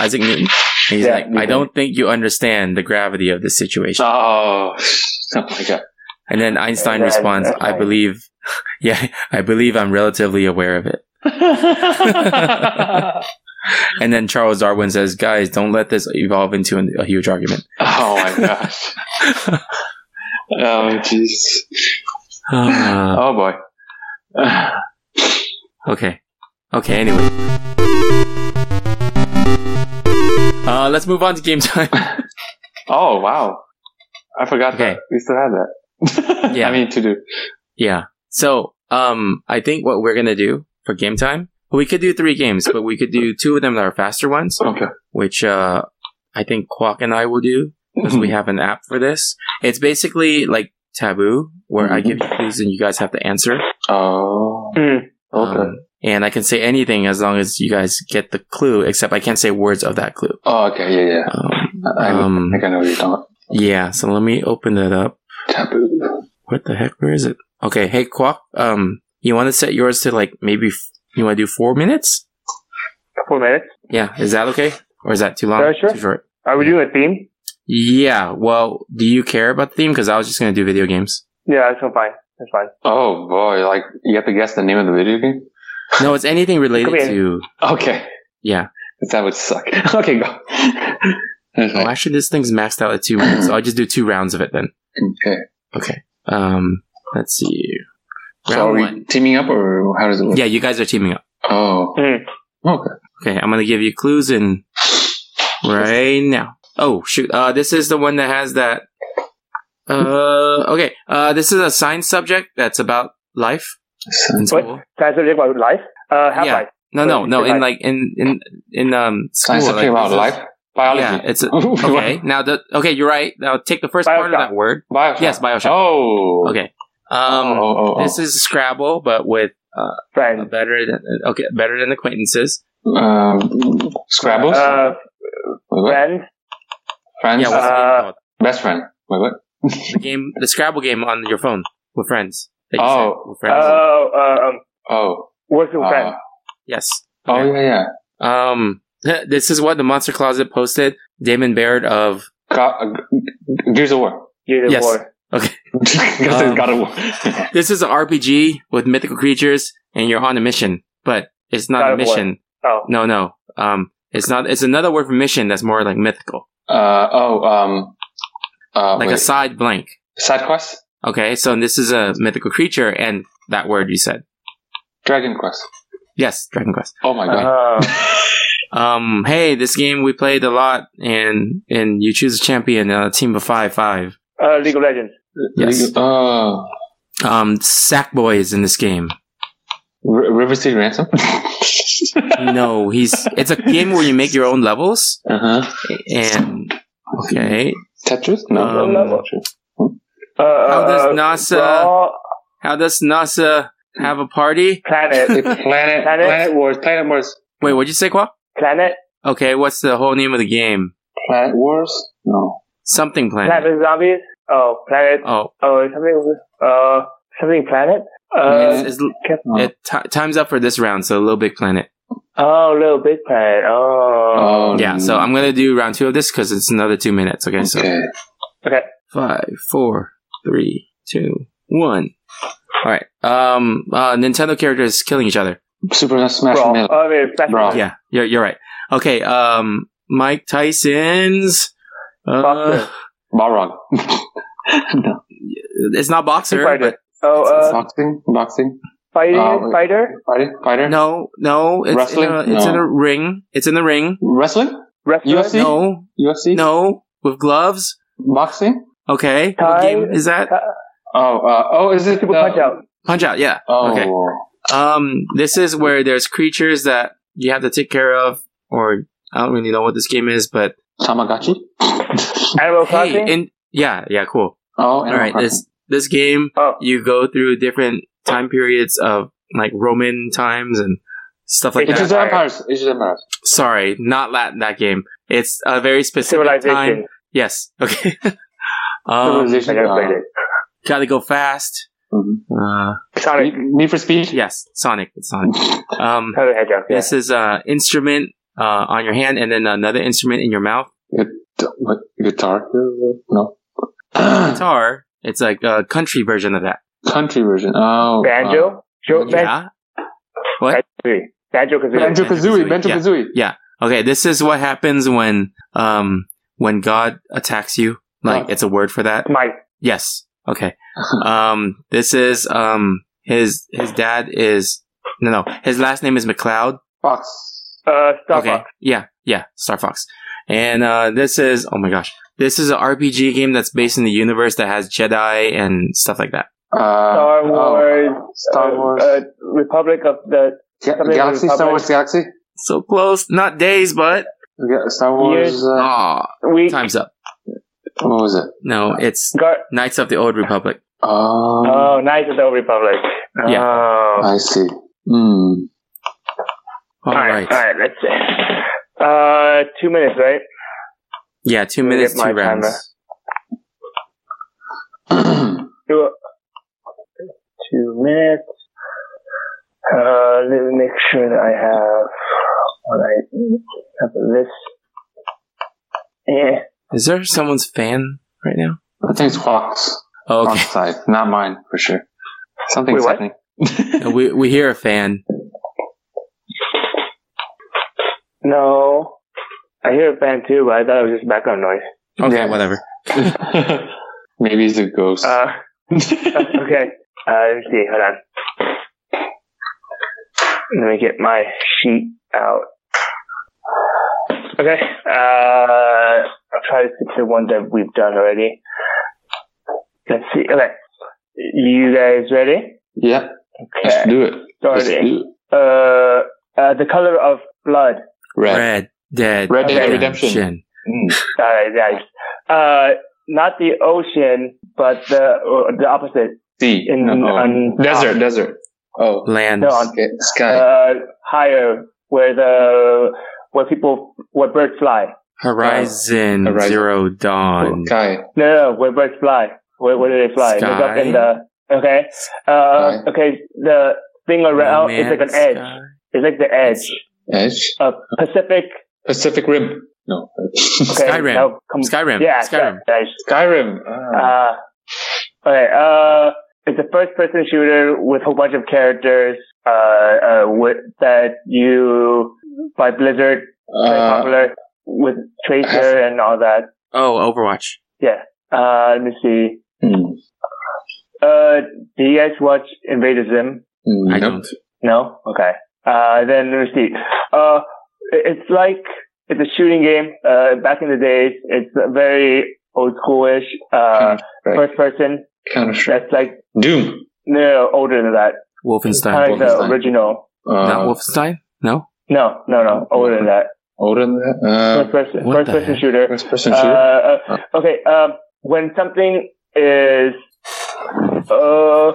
Isaac Newton. And he's
Yeah,
like, I
Newton.
don't think you understand the gravity of this situation.
Oh, oh my god.
And then Einstein
And then-
responds,
that's
I
right.
believe, yeah, I believe I'm relatively aware of it. And then Charles Darwin says, guys, don't let this evolve into an, a huge argument.
Oh my gosh. oh jeez.
Um,
Oh boy.
uh, okay. Okay, anyway. Uh, let's move on to game time.
Oh wow. I forgot
Okay.
that we still have that.
Yeah.
I mean to do.
Yeah. So, um, I think what we're gonna do for game time, we could do three games, but we could do two of them that are faster ones,
Okay.
which uh, I think Quack and I will do because we have an app for this. It's basically like Taboo, where I give you clues and you guys have to answer.
Oh.
Mm.
Um,
Okay.
and I can say anything as long as you guys get the clue, except I can't say words of that clue.
Oh okay. Yeah. Yeah.
Um,
I,
Um,
I think I know what you're talking. about.
yeah. So let me open that up.
Taboo.
What the heck? Where is it? Okay. Hey, Quack. Um, you want to set yours to like maybe f- you want to do four minutes?
Couple minutes.
Yeah, is that okay? Or is that too long?
Uh, sure.
Too short?
Are we doing a theme?
Yeah, well, do you care about the theme? Because I was just going to do video games.
Yeah, that's fine. That's fine.
Oh boy. Like you have to guess the name of the video game.
No, it's anything related
Come here.
to.
Okay.
Yeah.
That would suck. okay. Go. That's
Oh,
right.
actually, this thing's maxed out at two minutes, so I'll just do two rounds of it then.
Okay.
Okay. Um, let's see.
So
Round
are we
one.
teaming up or how does it work?
Yeah, you guys are teaming up.
Oh.
Mm.
Okay.
Okay, I'm going to give you clues in right now. Oh, shoot. Uh, this is the one that has that. Uh, okay. Uh, this is a science subject that's about life in
Science,
What?
school.
Science subject about life? Uh, half
Yeah.
life.
No, no, no. In
Right.
like in in in um school,
science
like,
subject about
this is-
life?
Yeah,
Biology.
it's a, okay. Now the okay, you're right. Now take the first part of
Bioshock.
that word.
Bioshock.
Yes, Bioshock.
Oh.
Okay.
Oh,
Um,
oh, oh, oh.
this is Scrabble, but with uh,
Friends.
better than okay, better than acquaintances.
Um, Scrabbles.
Uh,
Wait, what?
friends.
Friends.
Yeah, what's the
Uh,
game called?
Best friend. Wait, what?
The game, the Scrabble game on your phone with friends. that you
Oh.
said, with
Uh,
friends.
uh, um,
Oh.
working
uh,
friends.
yes.
oh
Okay.
yeah, yeah.
Um, this is what the Monster Closet posted. Damon Baird of
Go- uh, Ge- Gears of War.
Years
yes.
of war.
Guess
Um,
it's God of War.
this is an RPG with mythical creatures, and you're on a mission, but it's not
God
a
of War.
mission.
Oh.
No, no. Um, it's not. It's another word for mission that's more like mythical,
uh, oh, um, uh,
like a
wait.
side blank.
side quest.
Okay, so this is a mythical creature, and that word you said.
Dragon Quest.
Yes, Dragon Quest.
Oh my god.
Uh,
Um, hey, this game we played a lot, and and you choose a champion, a team of five, five.
uh, League of Legends.
Uh-huh. Yes.
League- Oh.
Um, Sackboy is in this game.
R- River City Ransom.
Uh-huh. No, he's. It's a game where you make your own levels,
Uh huh.
and okay,
Tetris? No,
Um,
no, no, Tetris.
Uh,
How does
uh, uh,
NASA-
Raw
how does NASA have a party?
Planet,
Planet.
planet,
Planet?
planet Wars, Planet Wars,
Wait, what'd you say, Qua?
Planet.
Okay, what's the whole name of the game?
Planet Wars. No,
Something planet.
Planet Zombies. Oh, Planet.
Oh,
Oh, something. Uh, something Planet. Uh,
it's, it's,
Cap-
Oh.
it, ti time's up for this round, so Little Big Planet.
oh, Little Big Planet. Oh.
Oh,
yeah, so I'm gonna do round two of this because it's another two minutes. Okay, so
okay.
Okay.
five, four, three, two, one. All right. Um, uh, Nintendo characters killing each other.
Super Smash
Brawl.
Melee.
Oh, I mean, Smash
Brawl.
Yeah, you're you're right. Okay. Um, Mike Tyson's. Uh,
Boxer.
Balrog. no.
it's not boxer.
Fighter. Oh, uh,
boxing, boxing,
fighting
uh, wait.
fighter,
fighter,
but-
fighter.
no, no. It's
Wrestling?
In a, it's in
No.
a ring. It's in the ring.
Wrestling,
wrestler,
UFC?
No,
UFC,
no. With gloves.
boxing.
Okay. What
Tie-
game is that?
Ti-
Oh, uh, oh, is it
Super
the-
Punch Out.
Punch out. Yeah.
Oh,
Okay. Um, this is where there's creatures that you have to take care of, or I don't really know what this game is, but
Tamagotchi.
Animal Crossing.
hey, and yeah, yeah, cool.
oh,
All right, this this game
oh,
you go through different time periods of like Roman times and stuff like
It's
that.
just empires. It's just empires.
Sorry, not that that game. It's a very specific time
Civilization.
Yes. Okay. um,
Civilization.
I never
uh,
played it.
gotta go fast.
Mm-hmm.
mhm.
Uh,
Sonic,
Need for Speed.
yes, Sonic. It's Sonic. Um,
Sonic the Hedgehog. Yeah.
This is uh, instrument uh, on your hand, and then another instrument in your mouth.
What guitar? No.
Guitar. It's like a country version of that.
Country version. Oh.
Banjo.
uh,
jo- Banjo
Yeah. What?
Kazooie. Banjo Kazooie.
Banjo Kazooie.
Banjo-Kazooie,
Banjo Kazooie.
Okay. This is what happens when um when God attacks you. Like
Oh.
it's a word for that.
My
Yes. Okay. Um. This is um his his dad is no no his last name is McLeod.
Fox.
uh, Star
okay.
Fox.
Yeah, yeah, Star Fox. And uh, this is oh my gosh, this is an RPG game that's based in the universe that has Jedi and stuff like that.
Uh,
Star
oh,
Wars.
Star
uh,
Wars.
Uh, Republic of the
Ga-
something
Galaxy. Star
Republic.
Wars Galaxy.
So close, not days, but
Yeah, Star Wars.
Years.
Uh,
ah,
Week.
time's up.
what was it?
No, it's
Gar-
Knights of the Old Republic.
Um,
oh, Knights of the Old Republic.
Yeah.
Oh.
I see. Hmm.
All right.
All right. Let's see. Uh, two minutes, right?
yeah, two
Let me
minutes,
get
two
my
rounds.
timer. Two, two minutes. Uh, let me make sure that I have. All right. Have this. Eh, Yeah.
Is there someone's fan right now?
I think it's Fox.
Oh,
Fox side, not mine for sure. Something's
Wait, what?
happening.
okay, we we hear a fan.
No. I hear a fan too, but I thought it was just background noise.
Okay,
Yeah.
whatever.
Maybe he's a ghost.
Uh, okay. Uh, let's see. Hold on. Let me get my sheet out. Okay. Uh, I'll try to stick to the ones that we've done already. Let's see. Okay. You guys ready?
yeah, let's
Okay.
do it. Let's
Starting.
do it.
Uh, uh, the color of blood.
Red.
Red Dead
Red Dead
Redemption.
Mm.
All right, guys. Uh, not the ocean, but the uh, the opposite
Sea.
in
No.
on
desert. desert. Oh,
Land.
No, on
okay. sky.
uh, higher where the where people where birds fly.
Horizon,
Horizon.
Zero Dawn.
sky.
No, no, no, where birds fly. Where, where do they fly? It's up in the okay. Uh,
Sky.
okay, the thing around
Romance
it's like an edge.
Sky.
It's like the edge.
Edge.
Uh, Pacific.
Pacific Rim. No.
Okay,
Skyrim.
now come-
Skyrim.
Yeah,
Skyrim.
Guys.
Skyrim. Ah.
Uh, okay. Uh, it's a first-person shooter with a whole bunch of characters. Uh, uh, with, that you by Blizzard, very
Uh,
popular with Tracer and all that.
Oh, Overwatch.
Uh, let me see.
hmm.
Uh, do you guys watch Invader Zim?
Hmm,
I
nope.
don't.
No? Okay. Uh, then let me see. Uh, it- it's like, it's a shooting game. Uh, back in the days, it's very old schoolish. Uh,
Hmm,
Counter-Strike.
first person.
Counter Strike.
That's like,
Doom.
no, no, older than that.
Wolfenstein.
Kind of the
Wolfenstein.
original.
Uh,
Not Wolfenstein? No?
No, no, no, older than that.
Older than that.
First person,
Uh, what
first
the
person
heck?
Uh,
shooter.
first person shooter.
Uh, uh, okay, um, when something is, uh,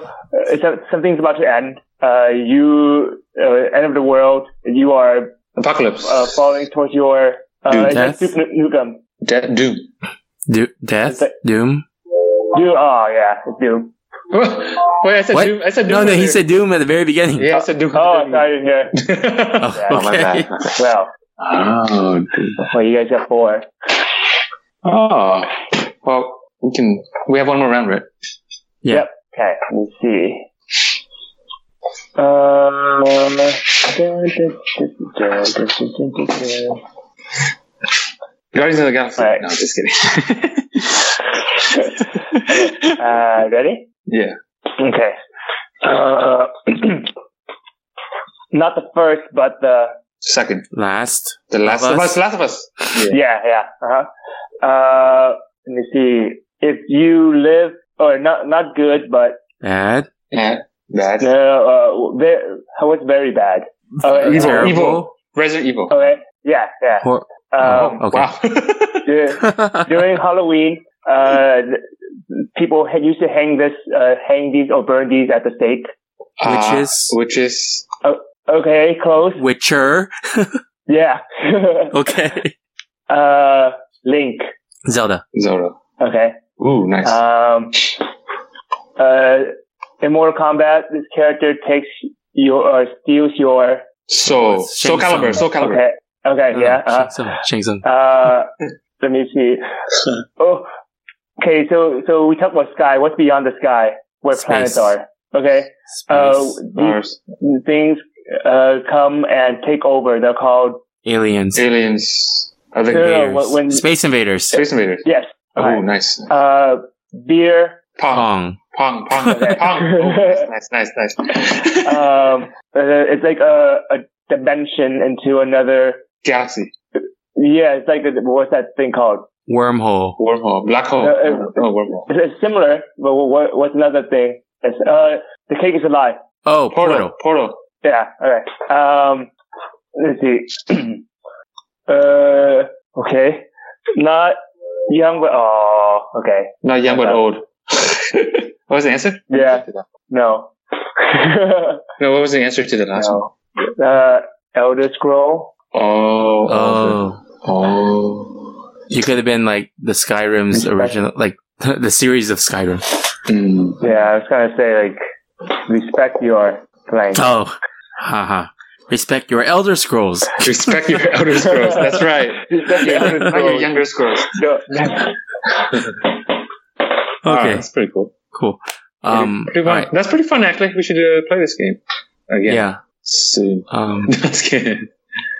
it's- something's about to end, uh, you, uh, end of the world, you are
Apocalypse.
uh, falling towards your, uh,
Dude,
it's
that's-
like Duke Nu- Nukem.
De- Doom.
Do- Death?
It's
Doom?
Doom, oh yeah, it's Doom.
Wait, I said
What?
Doom. I said Doom.
No, no, he
earlier.
said Doom at the very beginning.
Yeah, I said Doom.
Oh, sorry, here.
Oh,
Yeah,
okay.
my bad.
Well,
Oh, dude.
well, you guys got four.
oh. Well, we can. We have one more round, right?
Yeah.
Yep. Okay, let me see. Uh, Um,
Guardians of the Galaxy.
Right.
No, just kidding.
Uh, ready?
yeah.
Okay. Uh, not the first, but the
Second.
Last.
The Last
Of
of
Us.
Us. Last of Us.
yeah, yeah. Uh-huh. Uh, let me see. If you live, or not, not good, but
Bad.
Yeah. Bad.
no, uh, very, how it's very bad. Uh,
Evil.
Terrible.
Evil. Resident Evil.
Okay. Yeah, yeah.
Hor-
Um,
Oh, okay.
Wow.
dur- during Halloween, uh, th- people ha- used to hang this, uh, hang these or burn these at the stake.
Uh,
Witches.
Witches.
Okay, close.
Witcher.
Yeah.
Okay.
uh, Link.
Zelda.
Zelda.
Okay.
Ooh, nice.
Um, uh, in Mortal Kombat, this character takes your or steals your.
so, so
Shang
Calibur, so
Tsung.
Calibur.
Okay. Okay. yeah. uh,
Shang Tsung. Shang Tsung.
Uh, let me see. Oh, okay. So, so we talk about sky. What's beyond the sky? Where
Space.
planets are? Okay. Uh,
Space.
Mars,
these things uh, come and take over. They're called.
Aliens.
aliens, I think
no, no, no,
Invaders.
when- when-
Space Invaders.
space invaders.
Yes.
Oh,
Alright.
nice.
Uh, beer.
Pong,
Pong.
pong, pong, pong. Oh, nice, nice, nice. nice.
Um, uh, it's like a, a dimension into another.
Galaxy,
Yeah, it's like a, what's that thing called?
Wormhole.
wormhole, black hole.
Uh, uh,
oh, wormhole.
It's, it's similar, but what, what's another thing? It's uh, the cake is alive.
Oh,
Portal,
Portal.
portal.
Yeah. All right. Um, let's see. uh, okay. Not young, but oh, okay.
Not young but
Okay.
old. what was the answer?
Yeah. No.
No, what was the answer to the last one?
no. Uh, Elder Scroll.
Oh,
Oh.
oh.
You could have been like the Skyrim's original, like the series of Skyrim.
Mm.
Yeah, I was gonna say like respect your blank.
Oh. Haha. Respect your Elder Scrolls.
Respect your elder scrolls. That's right. Respect your elder scrolls. Not your younger scrolls.
No.
Ah,
Okay.
that's pretty cool.
Cool. Um,
pretty fun.
alright.
That's pretty fun. Actually, we should uh, play this game
yeah.
again soon.
Um,
That's good.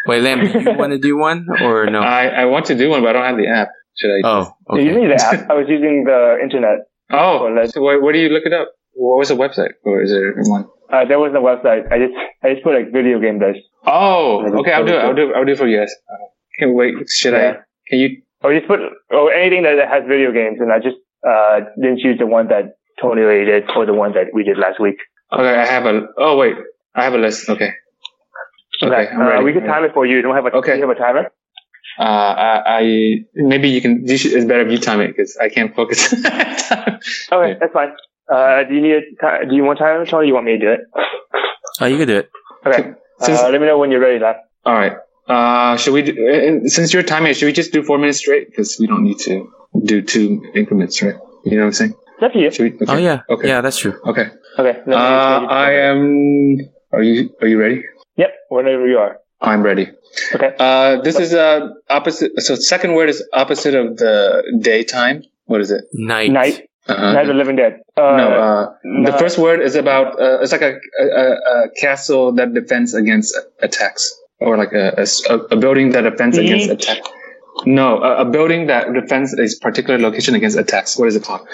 wait, Lam, you want to do one or
Oh.
no?
I I want to do one, but I don't have the app. Should I?
oh,
You
okay.
need the app. I was using the internet.
Oh,
Well, let's-
so where, where do you look it up? What was the website, or is there one?
Uh, there wasn't a website. I just I just put like video game list.
Oh, okay. I'll do it. I'll do. I'll do it for you guys. Uh, Can wait. Should I?
Yeah.
Can you?
Or just Oh, put or anything that has video games, and I just uh, didn't choose the one that Tony already did or the one that we did last week.
Okay, I have a. Oh wait, I have a list. Okay. Okay, I'm
uh,
ready.
we can time it for you. Don't have a
Okay.
do you have a timer.
Uh, I, I maybe you can. You should, it's better if you time it because I can't focus.
Okay,
Yeah.
that's fine. Uh, do you need a ti- do you want time, Tony? or You want me to do it?
Oh, you can do it.
Okay.
Since-
uh, let me know when you're ready, lad.
All right. Uh, should we? Do, and- and since your time is, should we just do four minutes straight? Because we don't need to do two increments, right? You know what I'm saying?
It's up to you.
Should we? Okay.
Oh, yeah.
Okay.
Yeah, that's true.
Okay.
Okay. let me-
Uh, I
let me-
am. Are you? Are you ready?
Yep. Whenever you are.
I'm ready.
Okay.
Uh, this is uh opposite. So second word is opposite of the daytime. What is it?
Night.
Night.
Uh-huh.
Night of the Living Dead. Uh,
no, uh, the
no.
first word is about uh, it's like a, a, a- a castle that defends against attacks, or like a, a s- a- a building that defends against
Siege?
attack. No, a, a building that defends a particular location against attacks. What is it called?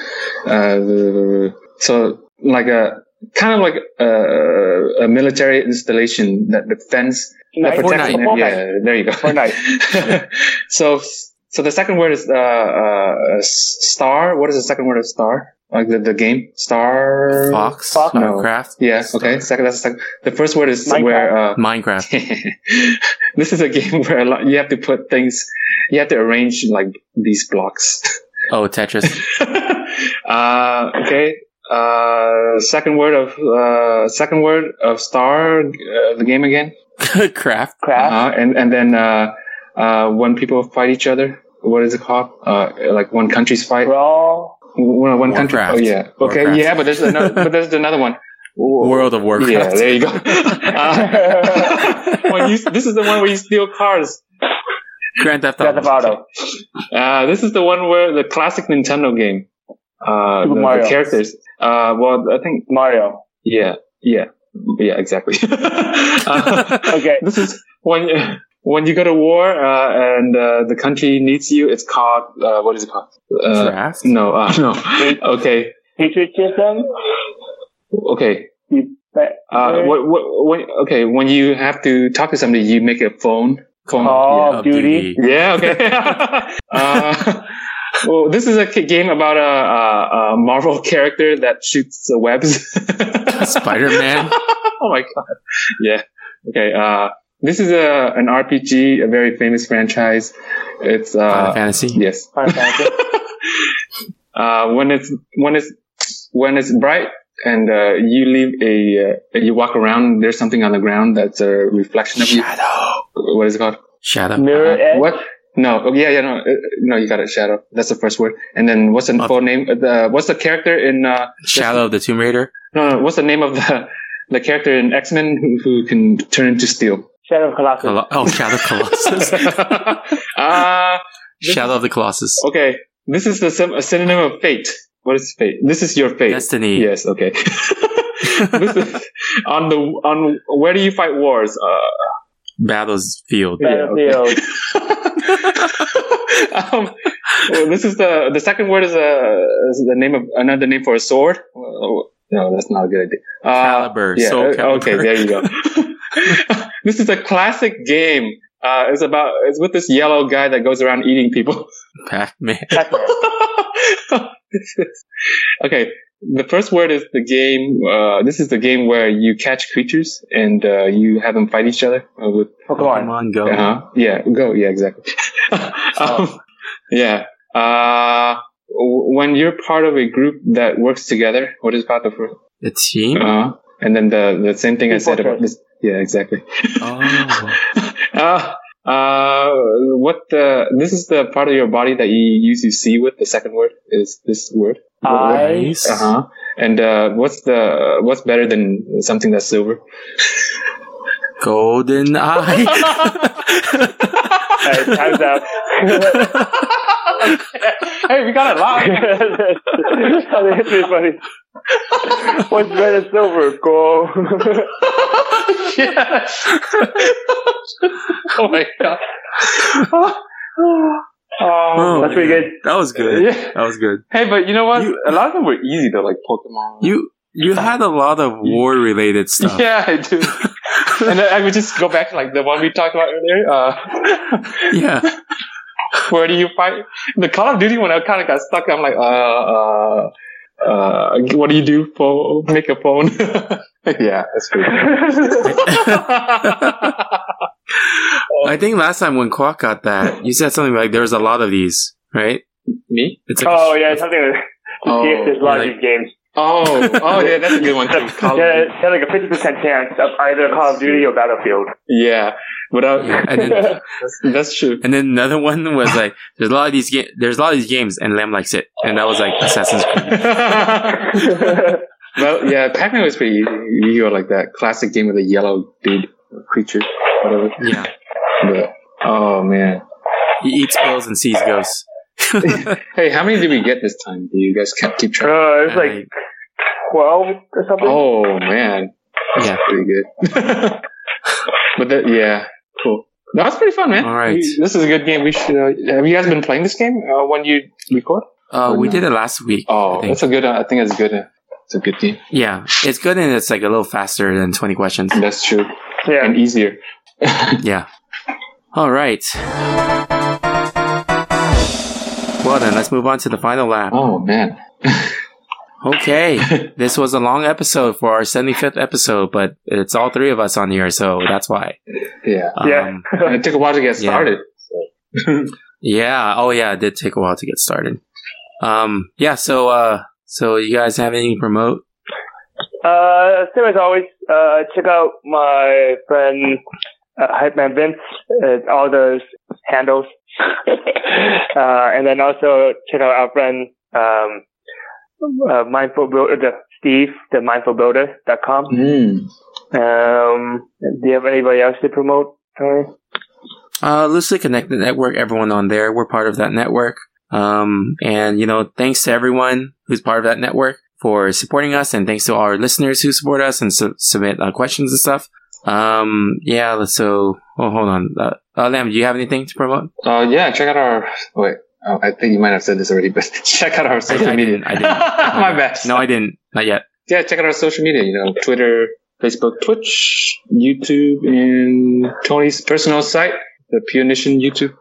Uh, so like a kind of like a, a military installation that defends
Night.
that protects.
Fortnite.
Yeah, Uh-huh. there you go. so so the second word is uh, uh, s- star. What is the second word of star? Like the, the game star.
Fox.
Fox.
No.
Minecraft.
Yeah. Okay. Second. That's the second. The first word is
Minecraft.
where. Uh,
Minecraft.
this is a game where a lot, you have to put things. You have to arrange like these blocks.
Oh, Tetris.
uh, okay. Uh, second word of uh, second word of star. Uh, the game again.
Craft.
Craft.
Uh-huh. And and then uh, uh, when people fight each other, what is it called? Uh, like one country's fight.
Brawl.
One, one country.
Warcraft.
Oh yeah. Okay.
Warcraft.
Yeah, but there's another. but there's another one.
World of Warcraft.
Yeah. There you go. Uh, when you, this is the one where you steal cars.
Grand Theft
Death of
Auto.
Auto.
Uh, this is the one where the classic Nintendo game. Uh,
Super
the, the
Mario.
characters. Uh, well, I think.
Mario.
Yeah. Yeah. Yeah. Exactly. Uh,
Okay.
this is when when you go to war uh, and uh, the country needs you. It's called uh, what is it called? Uh,
Draft.
no, uh, no. okay,
Patriotism.
okay.
You bet.
Uh, what, what, when, okay, when you have to talk to somebody, you make a phone. phone.
Call
Of
of Duty.
Duty.
Yeah, okay. uh, well, this is a ki- game about a, a, a Marvel character that shoots the webs.
Spider-Man.
oh my god. Yeah. Okay. Uh, this is a an RPG, a very famous franchise. It's
Final
uh,
Fantasy.
yes.
Final Fantasy.
Uh, when it's when it's when it's bright and uh, you leave a uh, and you walk around, there's something on the ground that's a reflection of you.
Shadow.
What is it called? Uh,
Shadow.
Mirror Edge.
What? No. Oh, yeah, yeah, no, uh, no. You got it. Shadow. That's the first word. And then what's the
Of-
full name? uh, The what's the character in? Uh,
Shadow of the Tomb Raider.
no, no. What's the name of the the character in X Men who, who can turn into steel?
Shadow of Colossus.
Colo- oh, Shadow of Colossus.
Ah,
Shadow of the Colossus.
okay. This is the sym- a synonym of fate. What is fate? This is your fate.
Destiny.
Yes. Okay. this is on the on where do you fight wars? Uh,
Battlefield.
Yeah, okay.
Battlefield.
um, well, this is the the second word is, uh, is the name of another name for a sword. Well, no, that's not a good idea. Uh,
Caliber,
yeah,
Soul
uh,
Calibur.
Okay, there you go. this is a classic game. Uh, it's about it's with this yellow guy that goes around eating people.
Pac-Man.
Pac-Man.
okay, the first word is the game. Uh, this is the game where you catch creatures and uh, you have them fight each other uh, with
Pokemon.
Pokemon Go.
uh-huh. Yeah, go. Yeah, exactly. um, yeah. Uh, w- when you're part of a group that works together, what is part of
The team?
uh And then the, the same thing I said
Team
about this. Yeah, exactly.
Oh.
uh, uh, what the, this is the part of your body that you use you see with, the second word is this word.
I.
Nice.
Uh-huh. And, uh, what's the, what's better than something that's silver?
Golden Eye.
Alright, time's up.
Hey, we got a lot.
That's really funny. What's red and silver? Go.
yes. oh my god.
Oh,
That's pretty
yeah.
good.
That was good.
Yeah.
That was good.
Hey, but you know what?
You-
a lot of them were easy though, like Pokemon.
You you had a lot of war related stuff.
Yeah, I do. and then I would just go back to like the one we talked about earlier. Uh,
Yeah.
where do you fight? The Call of Duty one, I kind of got stuck. I'm like, uh, uh, uh, what do you do? Phone, make a phone. yeah, that's pretty.
I think last time when Quack got that, you said something like there was a lot of these, right?
Me?
It's like
Oh, yeah, something with.
Oh,
There's a lot of
yeah.
these games.
Oh, oh yeah, that's a good one too. Call of
Yeah, they're like a 50% chance of either Call of Duty or Battlefield.
Yeah, without
Yeah, and then
that's true.
and then another one was like there's a lot of these ga- there's a lot of these games and Lamb likes it, and that was like Assassin's Creed.
well, yeah, Pac-Man was pretty easy. You were like that classic game with a yellow dude creature, whatever.
Yeah,
But, oh man,
he eats pills and sees ghosts.
hey, how many did we get this time? Do you guys kept keep track?
Uh, it was like
And
12 or something.
Oh man,
I- yeah,
pretty good. but that, yeah, cool. That was pretty fun, man.
All right.
We- this is a good game. We should. Uh, have you guys been playing this game uh, when you record?
uh, we
no.
did it last week. I
Oh,
think.
that's a good. Uh, I think it's a good. Uh, it's a good game.
yeah, it's good and it's like a little faster than twenty questions.
That's true
yeah.
and easier.
Yeah. All right. Well then, let's move on to the final lap.
Oh man.
Okay, this was a long episode for our 75th episode, but it's all three of us on here, so that's why. Um,
Yeah.
yeah.
And it took a while to get
Yeah.
started.
yeah, Oh, yeah. It did take a while to get started. Um. Yeah. So. Uh. So you guys have anything to promote?
Uh, same as always, uh, check out my friend uh, Hype Man Vince, uh, all those handles. uh, and then also check out our friend, um, uh, Mindful Builder, the Steve, the mindfulbuilder.com.
Mm.
Um, do you have anybody else to promote, Tony?
Uh, loosely connected network. Everyone on there, we're part of that network. Um, and you know, thanks to everyone who's part of that network for supporting us, and thanks to all our listeners who support us and su- submit uh, questions and stuff. Um, yeah. So, oh, hold on. Uh, uh, Lam, do you have anything to promote?
Uh, yeah, check out our. Wait, oh, I think you might have said this already, but check out our social
I
media.
didn't, I didn't.
My bad.
No, I didn't. Not yet.
Yeah, check out our social media. You know, Twitter, Facebook, Twitch, YouTube, and Tony's personal site, the Punition YouTube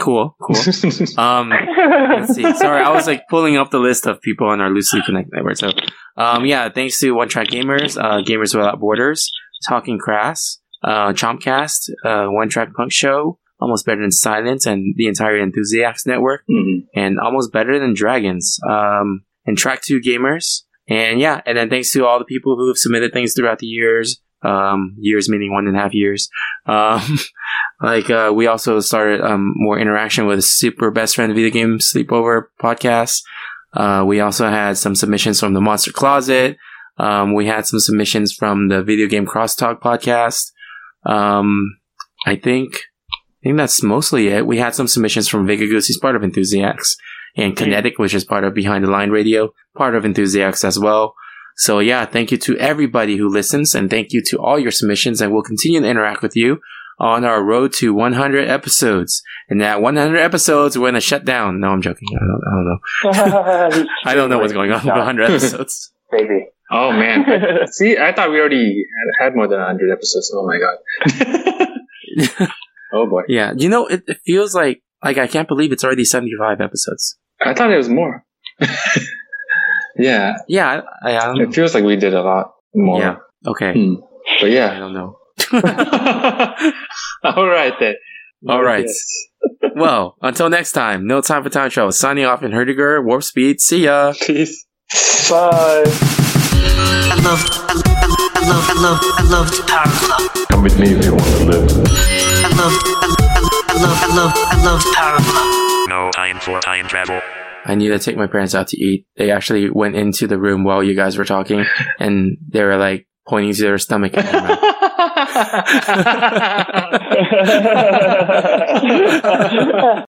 Cool. Cool.
page.
Um, let's see. Sorry, I was like pulling up the list of people on our loosely connected network. So, um, yeah, thanks to One Track Gamers, uh, Gamers Without Borders, Talking Crass, uh, Chompcast, uh, One Track Punk Show, Almost Better Than Silence, and the entire Enthusiasts Network,
Mhm.
and Almost Better Than Dragons, um, and Track Two Gamers, and yeah, and then thanks to all the people who have submitted things throughout the years, um, years meaning one and a half years, um, Like uh, we also started um, more interaction with Super Best Friend Video Game Sleepover podcast. Uh, we also had some submissions from the Monster Closet. Um, we had some submissions from the Video Game Crosstalk podcast. Um, I think I think that's mostly it. We had some submissions from Vega Goose, who's part of Enthusiacs, and Kinetic, which is part of Behind the Line Radio, part of Enthusiacs as well. So yeah, thank you to everybody who listens and thank you to all your submissions and we'll continue to interact with you on our road to 100 episodes. And at 100 episodes, we're going to shut down. No, I'm joking. I don't, I don't know. I don't know what's going on with 100 episodes.
Maybe.
Oh man! See, I thought we already had, had more than hundred episodes. Oh my god! oh boy!
yeah. You know, it, it feels like, like I can't believe it's already 75 episodes.
I thought it was more. yeah,
Yeah. I, I, I don't
it
know.
feels like we did a lot more.
Yeah. Okay.
Hmm. But
I
yeah.
don't know.
All right then.
All right.
Yes.
well, until next time, no time for time travel. Signing off in Herdiger, Warp Speed. See ya.
Peace.
Bye.
I love, I love, I love, I love, I love the Power Club.
Come with me if you want to live.
I love, I love, I love, I love, I love the Power Club.
No time for time travel.
I need to take my parents out to eat. They actually went into the room while you guys were talking and they were like pointing to their stomach. and their mouth.